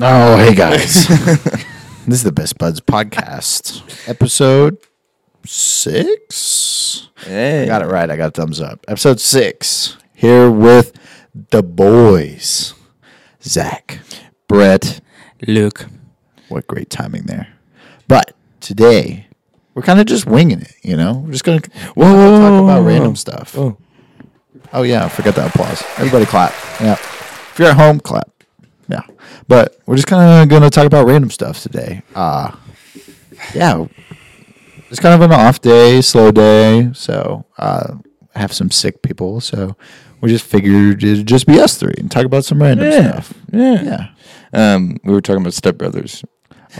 Oh, hey guys. this is the Best Buds podcast, episode six. I Hey. got it right. I got a thumbs up. Episode six, here with the boys. Zach. Brett. Luke. What great timing there. But today, we're kind of just winging it, you know? We're just going to talk Whoa, whoa, whoa, about whoa, whoa. random stuff. Oh. Oh yeah, I forgot the applause. Everybody clap. Yeah. If you're at home, clap. Yeah. But we're just kind of going to talk about random stuff today. Uh yeah. It's kind of an off day, slow day, so uh I have some sick people, so we just figured it'd just be us three and talk about some random Yeah. stuff. Yeah. Yeah. Um, we were talking about Step Brothers.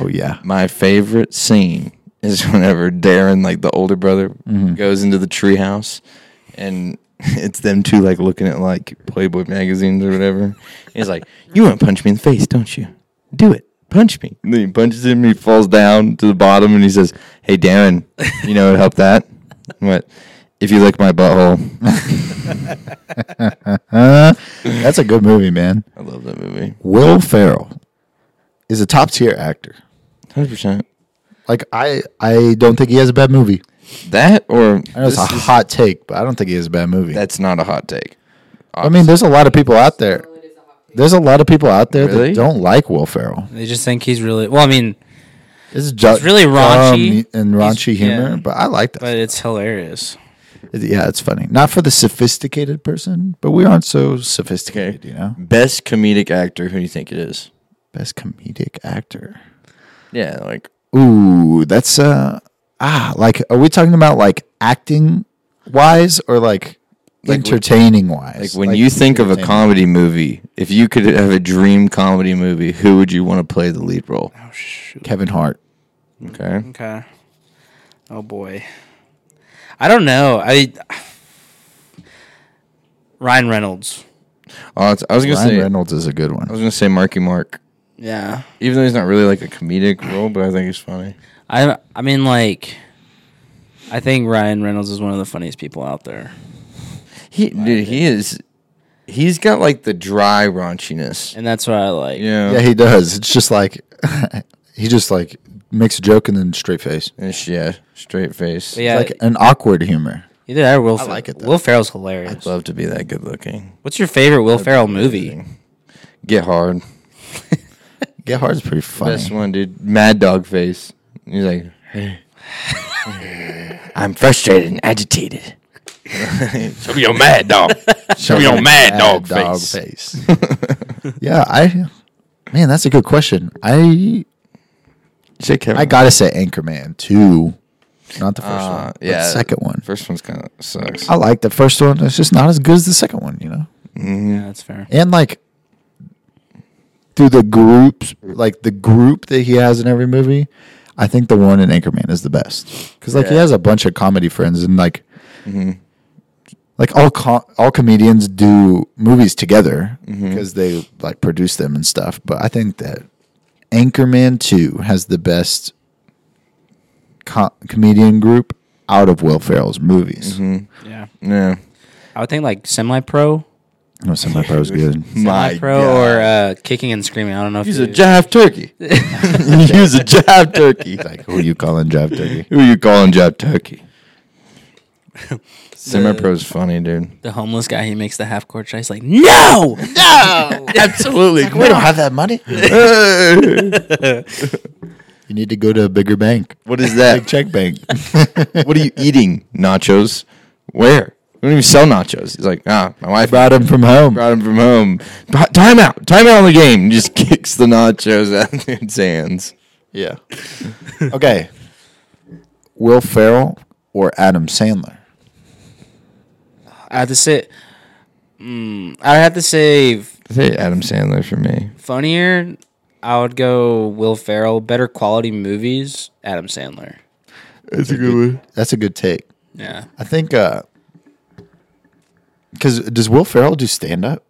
Oh yeah. My favorite scene is whenever Darren, like the older brother, Mm-hmm. goes into the treehouse, and it's them two like looking at like Playboy magazines or whatever. He's like, "You want to punch me in the face, don't you? Do it." Punch me. And then he punches him. He falls down to the bottom, and he says, "Hey, Darren, you know it helped that. What? If you lick my butthole, Uh, that's a good movie, man. I love that movie. Will Ferrell is a top tier actor. Hundred percent. Like I I don't think he has a bad movie. That or I know it's a this is- hot take, but I don't think he has a bad movie. That's not a hot take. I mean, there's a lot of people out there. There's a lot of people out there Really? that don't like Will Ferrell. They just think he's really well. I mean, This is ju- It's really raunchy. dumb and raunchy He's- yeah. humor, but I like that. but it's hilarious. yeah, it's funny. Not for the sophisticated person, but we aren't so sophisticated, you know. Best comedic actor, who do you think it is? Best comedic actor. Yeah, like Ooh, that's uh ah like are we talking about like acting wise or like, Like when- entertaining wise? like when you think of a entertaining. comedy movie, if you could have a dream comedy movie, who would you want to play the lead role? Oh shoot. Kevin Hart. Okay. Okay. Oh boy. I don't know. I Ryan Reynolds. Oh, it's- I was gonna Ryan say Oh, Reynolds is a good I one. was gonna say Marky Mark, Yeah. even though he's not really like a comedic role, but I think he's funny. I I mean like I think Ryan Reynolds is one of the funniest people out there. He dude, he is. He's got like the dry raunchiness. And that's what I like. Yeah. Yeah, he does. It's just like he just like makes a joke and then straight face. And sh- yeah. Straight face. But yeah, Like an awkward humor. either that or Will I Fer- like it, though. Will Ferrell's I'd hilarious. love to be that good looking. What's your favorite Will Ferrell movie? Get hard. Get Hard's pretty funny. Best one, dude. Mad dog face. He's like, hey. I'm frustrated and agitated. Show me your mad dog. Show me your mad dog face. yeah, I man, that's a good question. I Shake Kevin. I gotta say Anchorman two. Not the first one. Uh, but yeah. the second one. Oh. First one's kind of sucks. I like the first one. It's just not as good as the second one, you know. Yeah, that's fair. And like through the groups, like the group that he has in every movie, I think the one in Anchorman is the best because like he Yeah. has a bunch of comedy friends and like like all co- all comedians do movies together because they like produce them and stuff. But I think that Anchorman Two has the best co- comedian group out of Will Ferrell's movies. Yeah. Yeah. I would think like semi pro. No, semi pro is good. My Pro God. or uh, kicking and screaming. I don't know if He's you- a jive turkey. He's a jive turkey. like who you calling Jeff Turkey? Who you calling jive turkey? Semi pro's funny, dude. the homeless guy. He makes the half court shot. He's like, no, no, absolutely. We don't have that money. you need to go to a bigger bank, What is big that? check bank. what are you eating? Nachos? Where? We don't even sell nachos. He's like, ah, my wife Brought him from home. brought him from home. Ti- Timeout. Timeout on the game. And Just kicks the nachos out of dude's hands. Yeah. okay. Will Ferrell or Adam Sandler? I have to say, mm, I have to say, Say Adam Sandler for me. funnier. I would go Will Ferrell. Better quality movies. Adam Sandler. That's a good one. That's a good take. Yeah, I think. uh Because does Will Ferrell do stand up?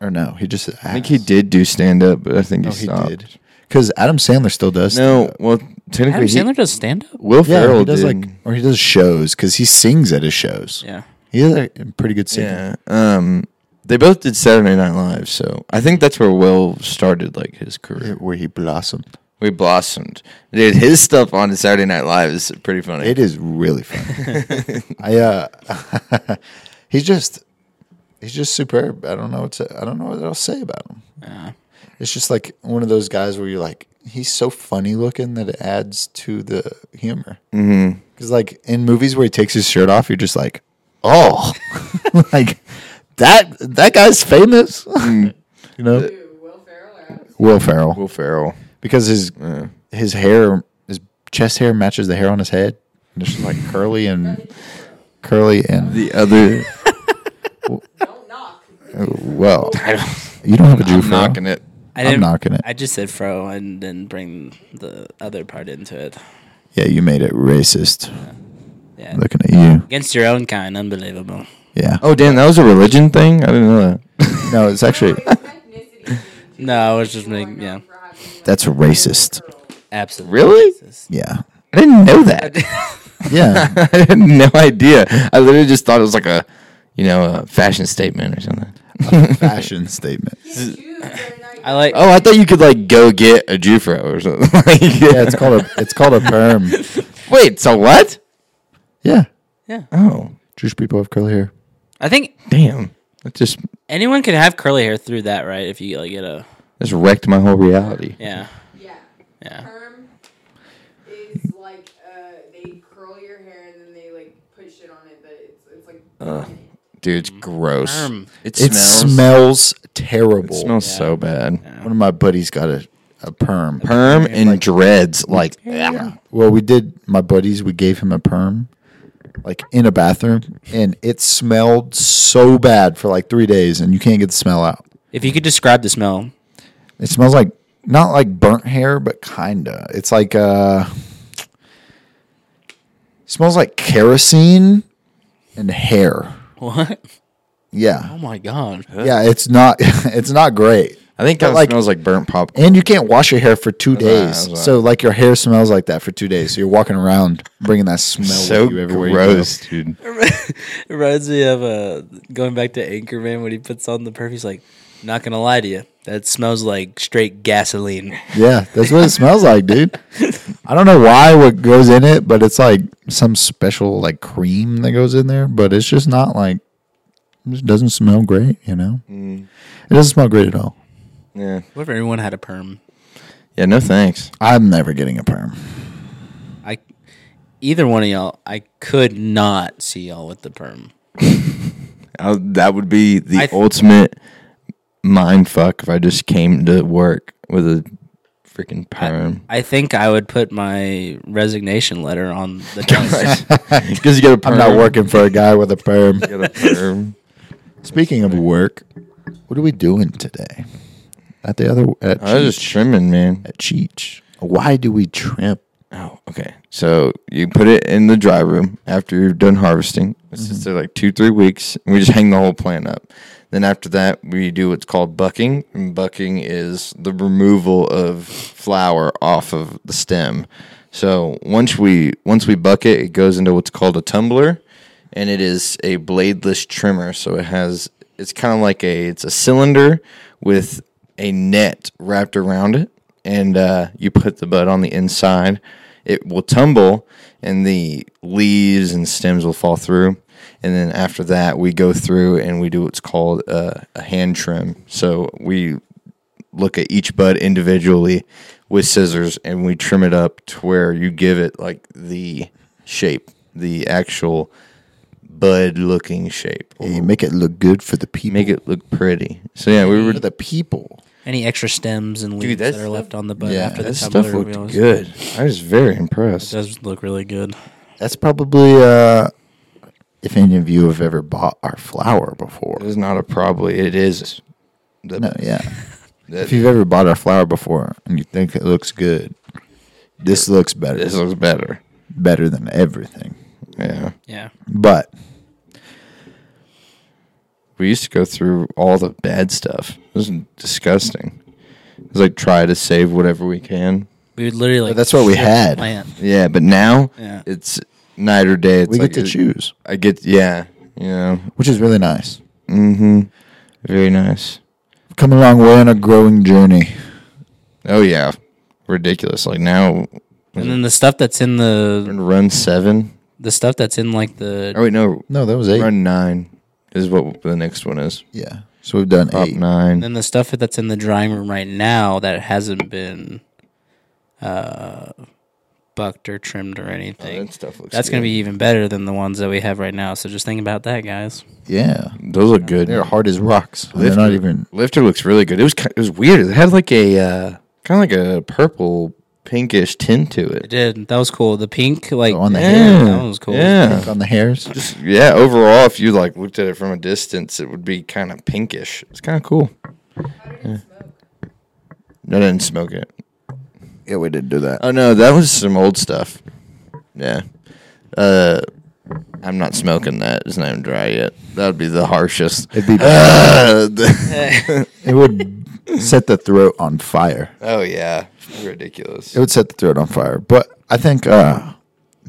Or no, he just. Acts. I think he did do stand up, but I think he No, Oh, he stopped. did. Because Adam Sandler still does. No, well, Adam technically, he, Sandler does stand up. Will Yeah, Ferrell he does did. like, or he does shows because he sings at his shows. Yeah, He's a pretty good singer. yeah. Um, They both did Saturday Night Live, so I think that's where Will started like his career. Where he blossomed. We blossomed, dude. His stuff on Saturday Night Live is pretty funny. It is really fun. I uh, he's just he's just superb. I don't know what to, I don't know what I'll say about him. It's just like one of those guys where you're like, he's so funny looking that it adds to the humor. Because like in movies where he takes his shirt off, you're just like, oh, like that that guy's famous. you know, Will Ferrell or Alex? Will Ferrell Will Ferrell. because his his hair his chest hair matches the hair on his head. And it's just like curly and curly and The other, Don't knock. well. I don't, You don't have a Jew I'm fro. knocking it. I I'm knocking it. I just said fro and then bring the other part into it. Yeah, you made it racist. Yeah. Looking at you. Against your own kind, unbelievable. Yeah. Oh, damn, that was a religion thing. I didn't know that. No, it's actually No, I was just making yeah, that's racist. absolutely. Really? Yeah. I didn't know that. Yeah. I had no idea. I literally just thought it was like a, you know, a fashion statement or something. Fashion statement. I like. Oh, I thought you could like go get a Jufro or something. Like, Yeah, it's called a it's called a perm. Wait, so what? Yeah. Yeah. Oh, Jewish people have curly hair. I think damn! That just anyone could have curly hair through that, right? If you like get a just wrecked my whole reality. yeah, Yeah. yeah. Perm is like uh, they curl your hair and then they like put shit on it, but it's it's like Dude, it's gross. Perm. It, It smells. smells, terrible. it smells so bad. One of my buddies got a, a perm. Perm and dreads, like yeah. Well, we did my buddies, we gave him a perm like in a bathroom and it smelled so bad for like 3 days and you can't get the smell out. If you could describe the smell, It smells like not like burnt hair, but kinda. It's like uh smells like kerosene and hair. what? Yeah. Oh my god! Yeah, it's not it's not great. I think But, that like- smells like burnt popcorn. And you can't wash your hair for two what I- days. that's what I- so like your hair smells like that for two days. So you're walking around bringing that smell So with you everywhere. you go. gross, dude. Reminds me of uh, going back to Anchorman when he puts on the perfume. He's like, "Not gonna lie to you, that smells like straight gasoline." Yeah, that's what it smells like, dude. I don't know why what goes in it, but it's like some special like cream that goes in there, but it's just not like it just doesn't smell great, you know? Mm. It doesn't smell great at all. Yeah, What if everyone had a perm? yeah. No thanks. I'm never getting a perm. I, either one of y'all, I could not see y'all with the perm. I, that would be the I th- ultimate mind fuck if I just came to work with a freaking perm. I think I would put my resignation letter on the desk. Because you got a perm. I'm not working for a guy with a perm. You got a perm. Speaking of work, what are we doing today? At the other at I was just Cheech. trimming, man. at Cheech. Why do we trim? Oh, okay. So you put it in the dry room after you're done harvesting. It's just there like two, three weeks. And we just hang the whole plant up. Then after that, we do what's called bucking. And bucking is the removal of flower off of the stem. So once we once we buck it, it goes into what's called a tumbler, and it is a bladeless trimmer. So it has it's kind of like a it's a cylinder with a net wrapped around it, and uh, you put the bud on the inside. It will tumble, and the leaves and stems will fall through. And then after that, we go through and we do what's called a, a hand trim. So we look at each bud individually with scissors and we trim it up to where you give it like the shape, the actual bud looking shape. And you make it look good for the people. Make it look pretty. So yeah, we were for the people. Any extra stems and leaves that that are left on the bud Yeah, after the that tumbler. stuff to be looked honest. good. I was very impressed. Does look really good. That's probably uh, if any of you have ever bought our flour before. It is not a probably. It is. The, No, yeah. that- If you've ever bought our flour before and you think it looks good, this looks better. this looks better. better than everything. Yeah. Yeah. But We used to go through all the bad stuff. It was disgusting. It was like try to save whatever we can. We would literally like that's what we strip the had. Plant. Yeah, but now Yeah. it's night or day. It's we like get to it- choose, I get yeah. You know. which is really nice. Mm-hmm. Very nice. Come a long way on a growing journey. Oh yeah, ridiculous. Like now, And then the stuff that's in the run seven. the stuff that's in like the Oh wait, no, No, that was eight. run nine is what the next one is. Yeah. So we've done Up eight. nine. then the stuff that's in the drawing room right now that hasn't been uh bucked or trimmed or anything. Oh, that stuff looks. that's gonna good. be even better than the ones that we have right now. So just think about that, guys. Yeah. Those look good. They're hard as rocks. They're not even. Lifter looks really good. It was ki- it was weird. It had like a uh, kind of like a purple pinkish tint to It it. did. That was cool. The pink, like Oh, on the yeah, hair. that was cool. Yeah. On the hairs. Just yeah, overall if you like looked at it from a distance, it would be kind of pinkish. It's kind of cool. No, I didn't smoke it. Yeah, we did do that. Oh no, that was some old stuff. Yeah. Uh I'm not smoking that. It's not even dry yet. That would be the harshest. It'd be. Uh, the- it would set the throat on fire. oh yeah. Ridiculous. It would set the throat on fire. But I think uh,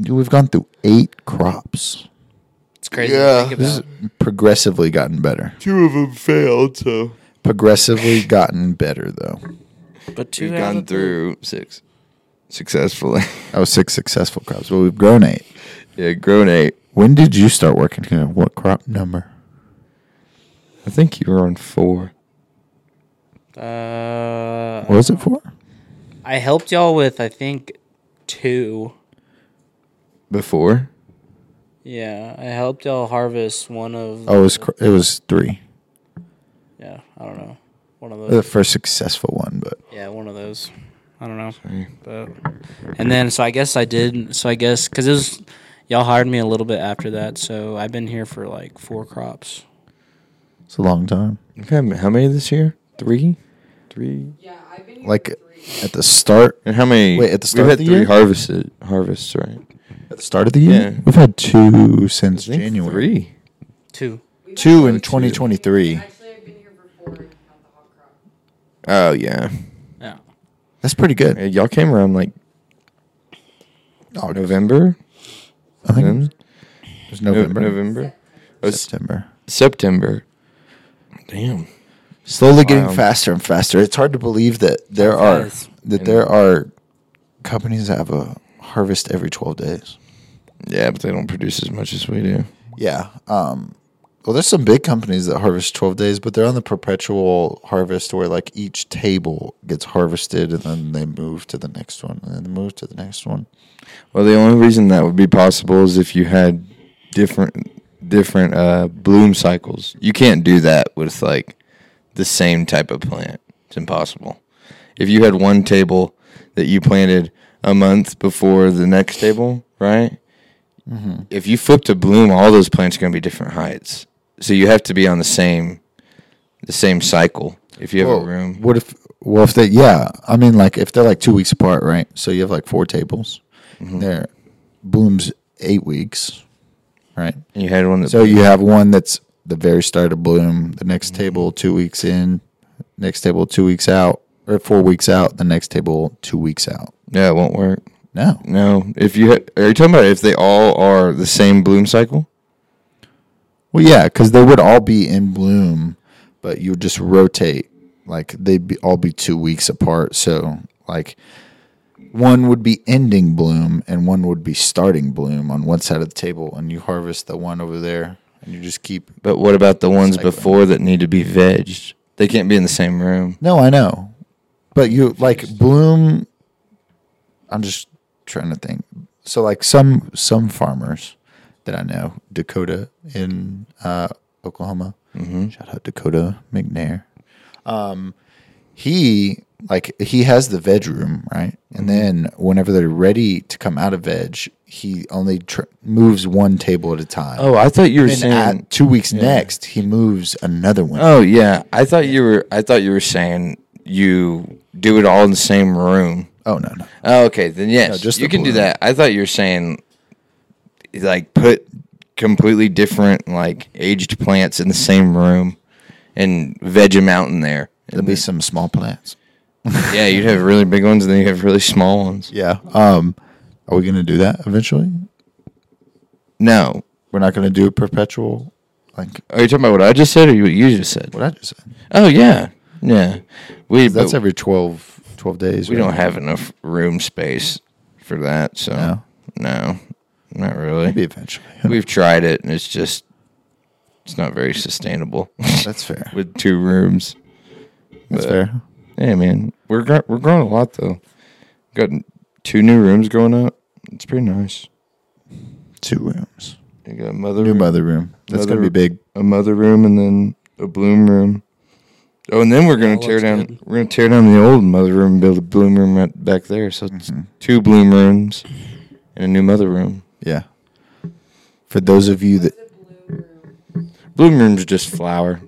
we've gone through eight crops. It's crazy. Yeah. To think This about. has progressively gotten better. Two of them failed, so Progressively gotten better, though. But two We've out gone of the- through six successfully. That was six successful crops, but we've grown eight. yeah, grown eight. When did you start working here? What crop number? I think you were on four. Uh, What was it for? I helped y'all with I think two. Before? Yeah, I helped y'all harvest one of. Oh, it was cr- it was three. Yeah, I don't know. One of The those. first successful one, but Yeah, one of those. I don't know. But and then so I guess I did. So I guess because it was y'all hired me a little bit after that. So I've been here for like four crops. it's a long time. You've had how many this year? Three? Three? Yeah, I've been here Like for three. at the start, And how many? Wait, at the start We've of had the three year? harvested, harvests, right? at the start of the year, Yeah. we've had two I since think January. Three. Two. We've Two actually in 2023. Actually, I've been here for four, not the hot crop. Oh, yeah. Yeah. That's pretty Yeah, good. Y'all came around like Oh, November? I think it was, Then? Mm-hmm. it was No- November, November? Oh, it's September. September. Damn. Slowly getting Wow. faster and faster. It's hard to believe that there are Yes. that there are companies that have a harvest every twelve days. Yeah, but they don't produce as much as we do. Yeah. Um, well, there's some big companies that harvest 12 days, but they're on the perpetual harvest where like each table gets harvested and then they move to the next one and then they move to the next one. Well, the only reason that would be possible is if you had different different uh, bloom cycles. You can't do that with like the same type of plant. It's impossible. If you had one table that you planted a month before the next table, right? If you flip to bloom, all those plants are going to be different heights. So you have to be on the same the same cycle if you have a room. What if, well, if they, yeah, I mean, like if they're like two weeks apart, right? So you have like four tables, there blooms eight weeks, right? And you had one that So you have one that's the very start of bloom, the next table two weeks in, next table two weeks out, or four weeks out, the next table two weeks out. yeah, it won't work. No. No, if you ha- are you talking about if they all are the same bloom cycle? Well, yeah, because they would all be in bloom, but you would just rotate. Like they'd be, all be two weeks apart. So like one would be ending bloom and one would be starting bloom on one side of the table, and you harvest the one over there, and you just keep. But what about the ones Cycle. before that need to be vegged? They can't be in the same room. No, I know, but you like bloom. I'm just trying to think. So like some some farmers that I know, Dakota in uh, Oklahoma. Mm-hmm. Shout out Dakota McNair. um, he like he has the veg room right and Mm-hmm. then whenever they're ready to come out of veg he only tr- moves one table at a time Oh, I thought you were and saying. at two weeks next he moves another one. oh yeah, I thought you were. I thought you were saying you do it all in the same room. Oh, no no Oh, okay, then yes, No, just you the can do bloom. that. I thought you were saying like put completely different like aged plants in the same room and veg them out in there. there'll be some small plants yeah, you'd have really big ones and then you have really small ones. yeah um are we gonna do that eventually No, we're not gonna do perpetual Like Are you Oh, talking about what I just said or what you just said? what I just said. Oh yeah, yeah. We That's but every 12, 12 days. we right? don't have enough room space for that. So No? no, not really. Maybe eventually. We've tried it, and it's just it's not very sustainable That's fair. with two rooms. That's but- fair. Hey man, we're gr- we're growing a lot though. Got two new rooms going up. It's pretty nice. Two rooms. You got a mother New room, mother room. That's Mother gonna be room. big. a mother room, and then a bloom room. Oh, and then we're gonna That tear looks down. good. We're gonna tear down the old mother room and build a bloom room right back there. So it's two bloom rooms and a new mother room. Yeah. For those of you that It's a blue room. Bloom room's just flower.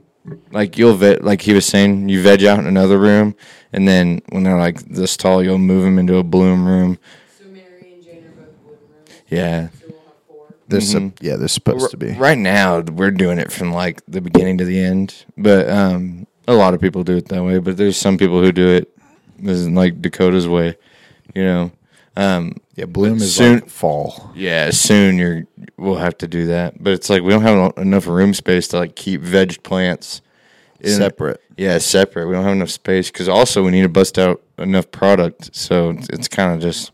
Like you'll vet, like he was saying, you veg out in another room, and then when they're like this tall, you'll move them into a bloom room. So Mary and Jane are both blue rooms. Yeah. So we'll have four. there's some Mm-hmm. yeah, they're supposed R- to be. Right now, we're doing it from like the beginning to the end, but um, a lot of people do it that way. But there's some people who do it. This is like Dakota's way, you know. Um, Yeah, bloom But is soon- like fall. yeah, soon you're we'll have to do that. But it's like we don't have enough room space to like keep veg plants in- Separate. Yeah, separate. We don't have enough space because also we need to bust out enough product. So it's, it's kind of just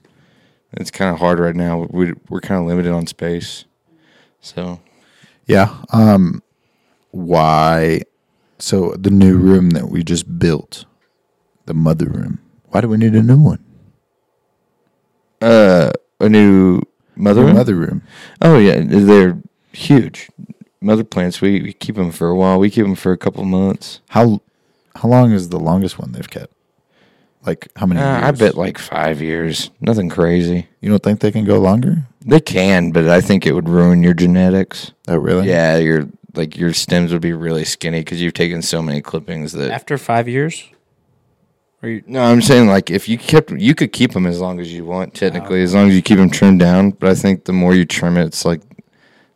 it's kind of hard right now. We we're kind of limited on space. So Yeah. Um why so the new room that we just built, the mother room. Why do we need a new one? uh, a new mother. The room? mother room. Oh yeah, they're huge. Mother plants. We, we keep them for a while. We keep them for a couple months. How how long is the longest one they've kept? Like how many Uh, I years? bet like five years. Nothing crazy. you don't think they can go longer? They can, but I think it would ruin your genetics. Oh really? Yeah, your like your stems would be really skinny because you've taken so many clippings that. After five years, or you, no, I'm saying like if you kept, you could keep them as long as you want. Technically, as long as you keep them trimmed down. But I think the more you trim it, it's like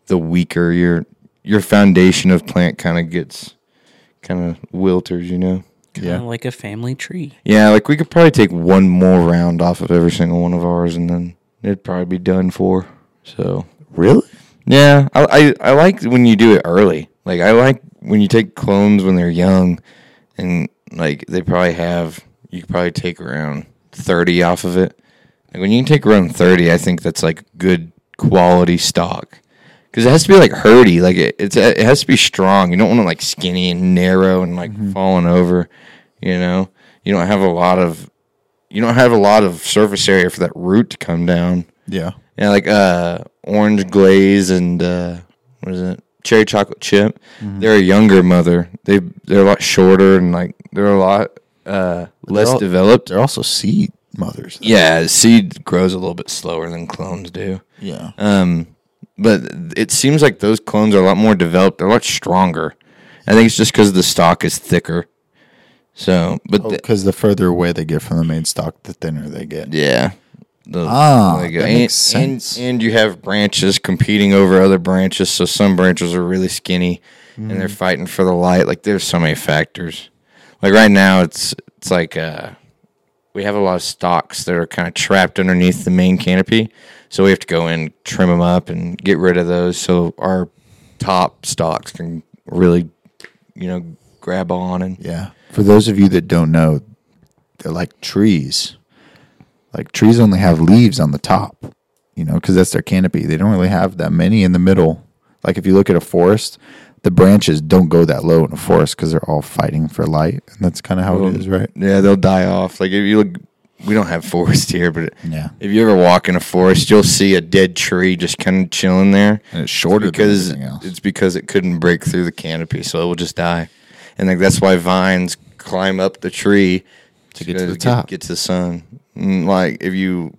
the weaker your your foundation of plant kind of gets, kind of wilters. You know. Yeah. kinda like a family tree. Yeah, like we could probably take one more round off of every single one of ours, and then it'd probably be done for. So Really? yeah, I I, I like when you do it early. Like I like when you take clones when they're young, and like they probably have you could probably take around thirty off of it. Like when you can take around thirty, I think that's like good quality stock. Because it has to be like herdy, like it, it's it has to be strong. You don't want to like skinny and narrow and like falling over. You know, you don't have a lot of you don't have a lot of surface area for that root to come down. Yeah. Yeah, like uh, orange glaze and uh, what is it? Cherry chocolate chip. Mm-hmm. They're a younger mother. They they're a lot shorter and like they're a lot uh, less all- developed. They're also seed mothers. though. Yeah, seed grows a little bit slower than clones do. Yeah. Um, but it seems like those clones are a lot more developed. They're a lot stronger. I think it's just because the stock is thicker. So, but the- Because Oh, the further away they get from the main stock, the thinner they get. Yeah. The- Ah, there you go. that and, makes and- sense. And, you have branches competing over other branches, so some branches are really skinny, and Mm. they're fighting for the light. Like there's so many factors. Like right now, it's it's like uh, we have a lot of stalks that are kind of trapped underneath the main canopy, so we have to go in, trim them up, and get rid of those so our top stalks can really, you know, grab on and Yeah. For those of you that don't know, they're like trees. Like trees only have leaves on the top, you know, because that's their canopy. They don't really have that many in the middle. Like if you look at a forest, the branches don't go that low in a forest because they're all fighting for light, and that's kind of how it is, right? Yeah, they'll die off. Like if you look, we don't have forest here, but Yeah. if you ever walk in a forest, you'll see a dead tree just kind of chilling there. And it's shorter than because everything else. it's because it couldn't break through the canopy, so it will just die. And like that's why vines climb up the tree to get to the top. get to the sun. And like if you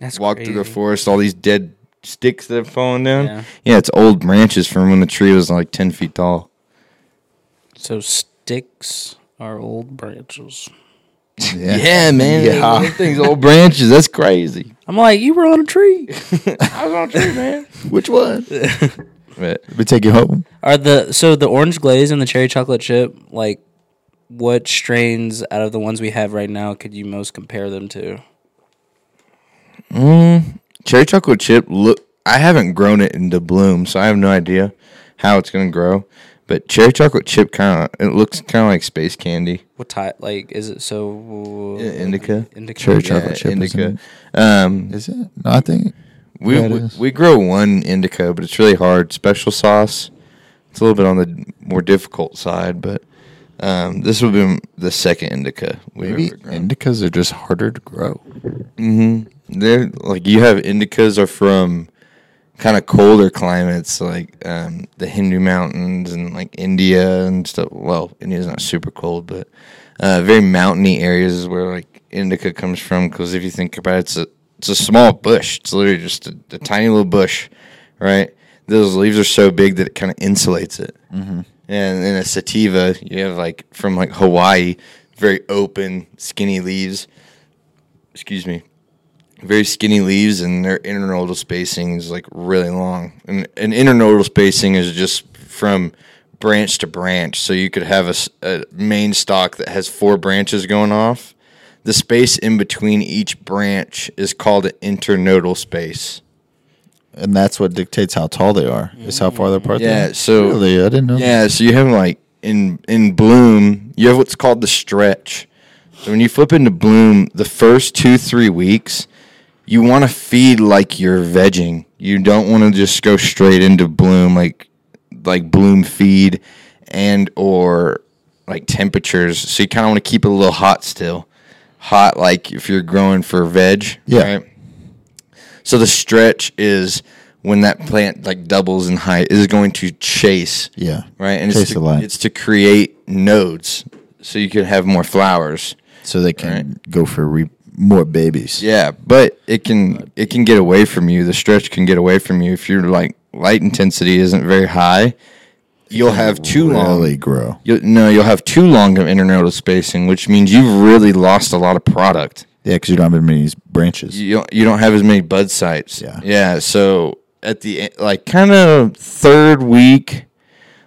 That's walk through the crazy. forest, all these dead sticks that have fallen down. Yeah. yeah, it's old branches from when the tree was like ten feet tall. So sticks are old branches. Yeah. man. Yeah. Those things old branches. That's crazy. I'm like, you were on a tree. I was on a tree, man. Which one? But we take you home. Are the so the orange glaze and the cherry chocolate chip like what strains out of the ones we have right now could you most compare them to? cherry chocolate chip look. I haven't grown it into bloom, so I have no idea. how it's gonna grow. But cherry chocolate chip kind of it looks kind of like space candy. What type? Like, is it so? Yeah, indica. Indica. Cherry yeah. chocolate chip, indica. isn't Um, Is it? No, I think. we, Yeah, it we is. we grow one indica, but it's really hard. Special sauce. It's a little bit on the more difficult side, but um, this will be the second indica we've Maybe ever grown. indicas are just harder to grow. Mm-hmm. They're like you have indicas are from kind of colder climates, like um, the Hindu mountains and like India and stuff. Well, India's not super cold, but uh, very mountainy areas is where like indica comes from. Because if you think about it, it's a it's a small bush. It's literally just a, a tiny little bush, right? Those leaves are so big that it kind of insulates it. Mm-hmm. And then a sativa, you have like from like Hawaii, very open, skinny leaves excuse me, very skinny leaves, and their internodal spacing is like really long. And an internodal spacing is just from branch to branch. So you could have a, s- a main stock that has four branches going off. The space in between each branch is called an internodal space. And that's what dictates how tall they are, is how far they're apart. they Mm. Yeah, are. so- Really? I didn't know. Yeah, so you have like in in bloom, you have what's called the stretch. So when you flip into bloom, the first two three weeks, you want to feed like you're vegging. You don't want to just go straight into bloom like like bloom feed and or like temperatures. So you kind of want to keep it a little hot still, hot like if you're growing for veg. Yeah. So the stretch is when that plant like doubles in height is going to chase Yeah. right? And Chase it's the to, light. it's to create nodes so you could have more flowers. So they can go for re- more babies. Yeah, but it can it can get away from you. The stretch can get away from you if your like light intensity isn't very high. You'll have too long. Really grow. You'll, no, you'll have too long of internodal spacing, which means you've really lost a lot of product. Yeah, because you don't have as many branches. You don't, you don't have as many bud sites. Yeah. Yeah. So at the e- like kind of third week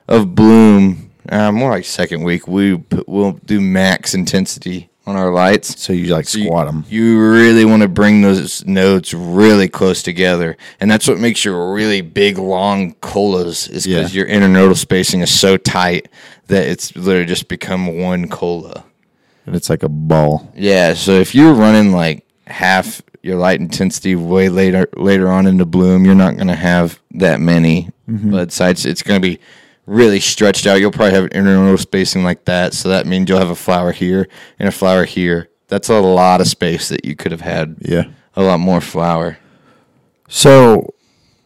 of bloom, uh, more like second week, we put, we'll do max intensity on our lights. So you like So you- squat them. You really want to bring those nodes really close together, and that's what makes your really big, long colas. Is Yeah. because your internodal spacing is so tight that it's literally just become one cola. And it's like a ball. Yeah, so if you're running like half your light intensity way later later on into bloom, you're not gonna have that many Mm-hmm. bud sites. It's gonna be really stretched out. You'll probably have an internal spacing like that. So that means you'll have a flower here and a flower here. That's a lot of space that you could have had. Yeah. A lot more flower. So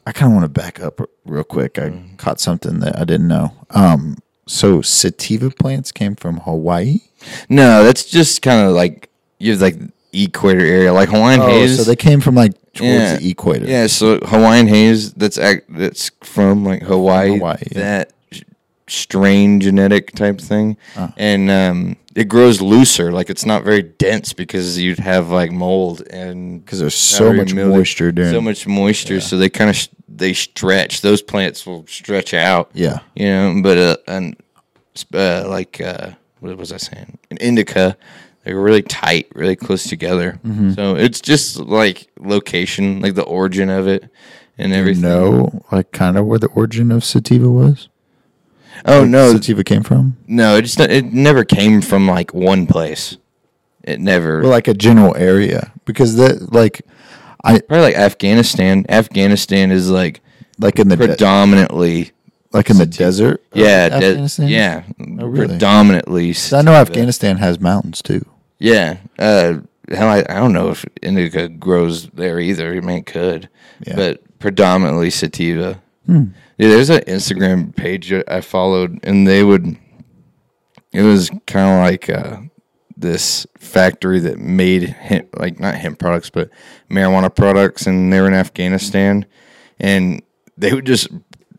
I kind of want to back up r- real quick. I Mm-hmm. caught something that I didn't know. Um, so sativa plants came from Hawaii. No, that's just kind of like you have like equator area, like Hawaiian haze. Oh, so they came from like towards Oh, Yeah. the equator. Yeah, so Hawaiian haze that's ac- that's from like Hawaii, Hawaii, yeah. that sh- strain genetic type thing, Uh. and um, it grows looser, like it's not very dense because you'd have like mold and because there's so very much mildew- moisture during. so much moisture, so they kind of sh- they stretch. Those plants will stretch out. Yeah. you know, but uh, and uh, like uh, what was I saying? An indica, they're really tight, really close together. Mm-hmm. So it's just like location, like the origin of it, and You everything. know, like kind of where the origin of sativa was. Oh no, sativa came from. no, it's not, it never came from like one place. It never. Well, like a general area because that like I Probably like Afghanistan. Afghanistan is like like in the de- predominantly like in the desert. of Yeah, de- Afghanistan? Oh, yeah, really? predominantly. 'Cause I know sativa. Afghanistan has mountains too. Yeah, uh, hell, I, I don't know if indica grows there either. I mean, it could, Yeah. but predominantly sativa. Yeah, there's an Instagram page that I followed, and they would. It was kind of like uh, this factory that made hemp, like not hemp products, but marijuana products, and they were in Afghanistan, and they would just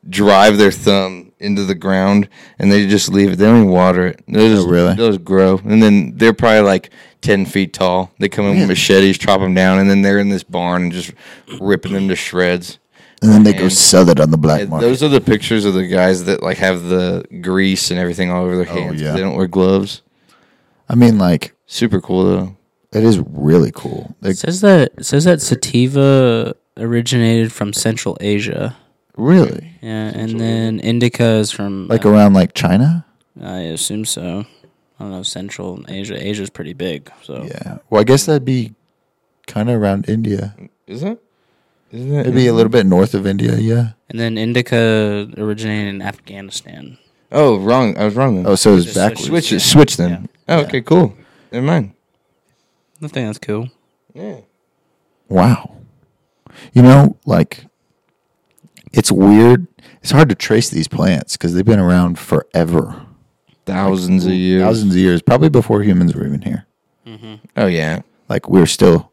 drive their thumb into the ground, and they just leave it. They don't even water it. They just, really? They'll just grow, and then they're probably like ten feet tall. They come in with machetes, chop them down, and then they're in this barn and just ripping them to shreds. And then they go And- sell it on the black And market. Those are the pictures of the guys that like have the grease and everything all over their hands. Oh, yeah. They don't wear gloves. I mean, like Super cool though. that is really cool. Like, It says that it says that sativa originated from Central Asia. Really? Yeah, and then indica is from Like uh, around like China? I assume so. I don't know Central Asia. Asia's pretty big, so Yeah. Well, I guess that'd be kind of around India. Is that? Isn't that? It'd be a little bit north of India. Yeah. And then indica originated in Afghanistan. Oh, wrong. I was wrong then. Oh, so it's Just backwards. switch it. Switch then. Oh, okay, cool. Never mind. I think that's cool. Yeah. Wow. You know, like it's weird. It's hard to trace these plants because they've been around forever, Thousands of years. thousands of years, probably before humans were even here. Oh yeah. Like we were still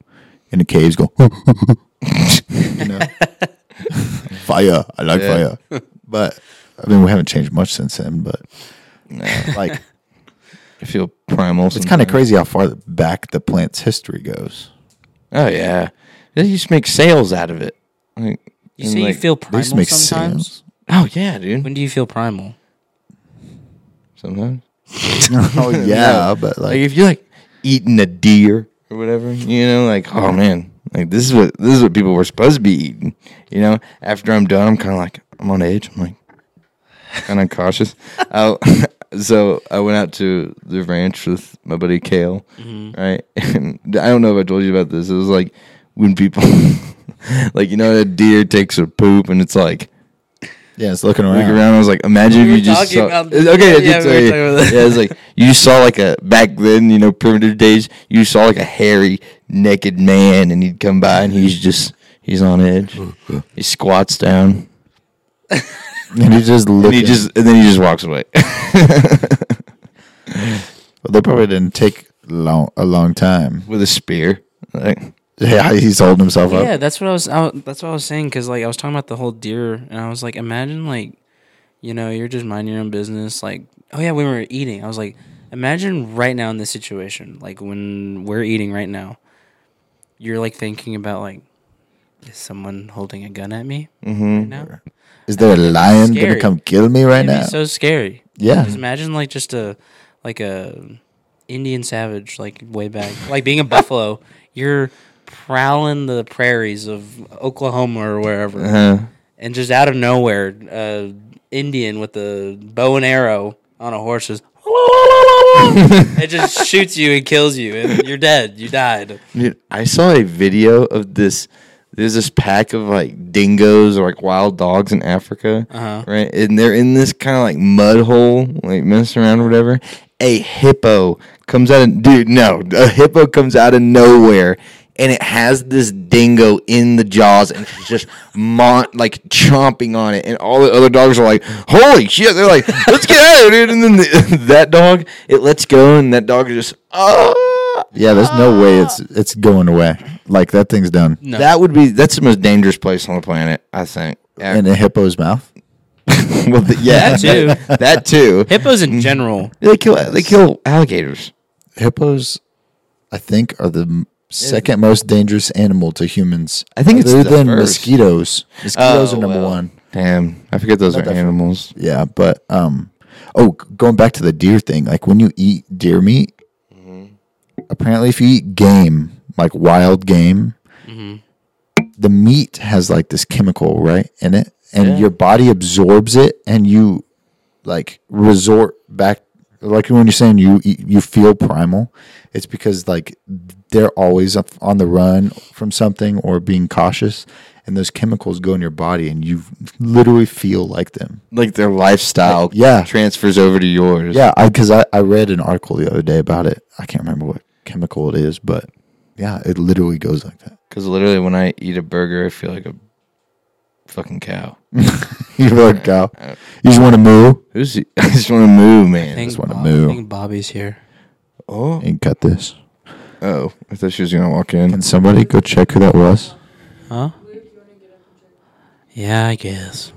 in the caves going, you know? fire. I like Yeah. fire. But I mean, we haven't changed much since then. But like, I feel primal. it's kind of sometimes. crazy how far back the plant's history goes. Oh yeah. They used to make sales out of it. Like, You and, say like- you feel primal This makes sometimes. sense. Oh yeah, dude. When do you feel primal? Sometimes. oh yeah, but Like like, if you're like eating a deer or whatever, you know, like oh man, like this is what this is what people were supposed to be eating. You know, after I'm done, I'm kind of like I'm on edge. I'm like kind of cautious. I, so I went out to the ranch with my buddy Kale, right? And I don't know if I told you about this. It was like when people, like you know, a deer takes a poop and it's like yeah, it's looking look around. around. I was like, imagine We if were you just talking saw. about this. okay, I Yeah, did we tell were you. talking about that. Yeah, it's like you saw like a back then, you know, primitive days. You saw like a hairy, naked man, and he'd come by, and he's just he's on edge. He squats down, And he just and looking. he just and then he just walks away. Well, they probably didn't take long a long time. with a spear. Like, Yeah, he's holding himself yeah, up. that's what I was. I, was- that's what I was saying because like I was talking about the whole deer, and I was like, imagine like, you know, you're just minding your own business. Like, oh yeah, when we were eating, I was like, imagine right now in this situation, like when we're eating right now, you're like thinking about like, is someone holding a gun at me right now? Is there a lion scary. gonna come kill me right It'd now? be so scary. Yeah. Just imagine like just a like a Indian savage like way back, like being a buffalo. You're prowling the prairies of Oklahoma or wherever, uh, and just out of nowhere, uh, Indian with a bow and arrow on a horse just it just shoots you and kills you, and you're dead. You died. Dude, I saw a video of this. There's this pack of like dingoes or like wild dogs in Africa, Uh-huh. right? And they're in this kind of like mud hole, like messing around or whatever. A hippo comes out of dude, no, a hippo comes out of nowhere, and it has this dingo in the jaws, and it's just mon- like chomping on it, and all the other dogs are like, "Holy shit!" They're like, "Let's get out of here!" dude." And then the, that dog, it lets go, and that dog is just, oh. yeah, there's no way it's it's going away. Like that thing's done. No. That would be that's the most dangerous place on the planet, I think. Yeah. In a hippo's mouth. well, the- yeah, That too. that too. Hippos Mm-hmm. in general. They kill they kill alligators. Hippos, I think, are the m- second most dangerous animal to humans. I think it's other the than first. mosquitoes. Mosquitoes Oh, are number well. one. Damn, I forget those are that- animals. Yeah, but um, oh, g- going back to the deer thing, like when you eat deer meat, apparently if you eat game, like wild game, the meat has like this chemical right in it, and your body absorbs it, and you like resort back. Like when you're saying you eat- you feel primal, it's because like they're always up on the run from something or being cautious, and those chemicals go in your body, and you literally feel like them. Like their lifestyle Yeah. transfers over to yours. Yeah, I because I, I read an article the other day about it. I can't remember what chemical it is, but yeah, it literally goes like that. Cuz literally when I eat a burger, I feel like a fucking cow. You feel like cow. You just want to moo Who's the- I just want to move, man. I think wanna Bob- moo. I think Bobby's here. oh. and cut this. Oh, I thought she was going to walk in. Can somebody go check who that was? Huh? Yeah, I guess.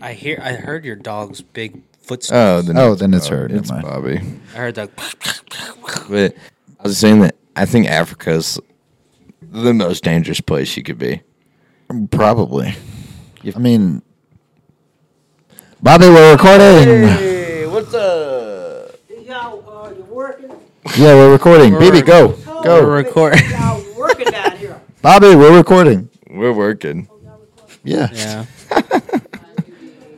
I hear. I heard your dog's big footsteps. Oh, then Oh, then it's her. it's Never mind. Bobby. Oh. I heard that. But I was saying that I think Africa's the most dangerous place you could be. Probably. I mean, Bobby, we're recording. Hey, what's up? Y'all, uh, you working? Yeah, we're recording. Baby, go, We're go. recording. Y'all working down here? Bobby, we're recording. We're working. Yeah. Yeah.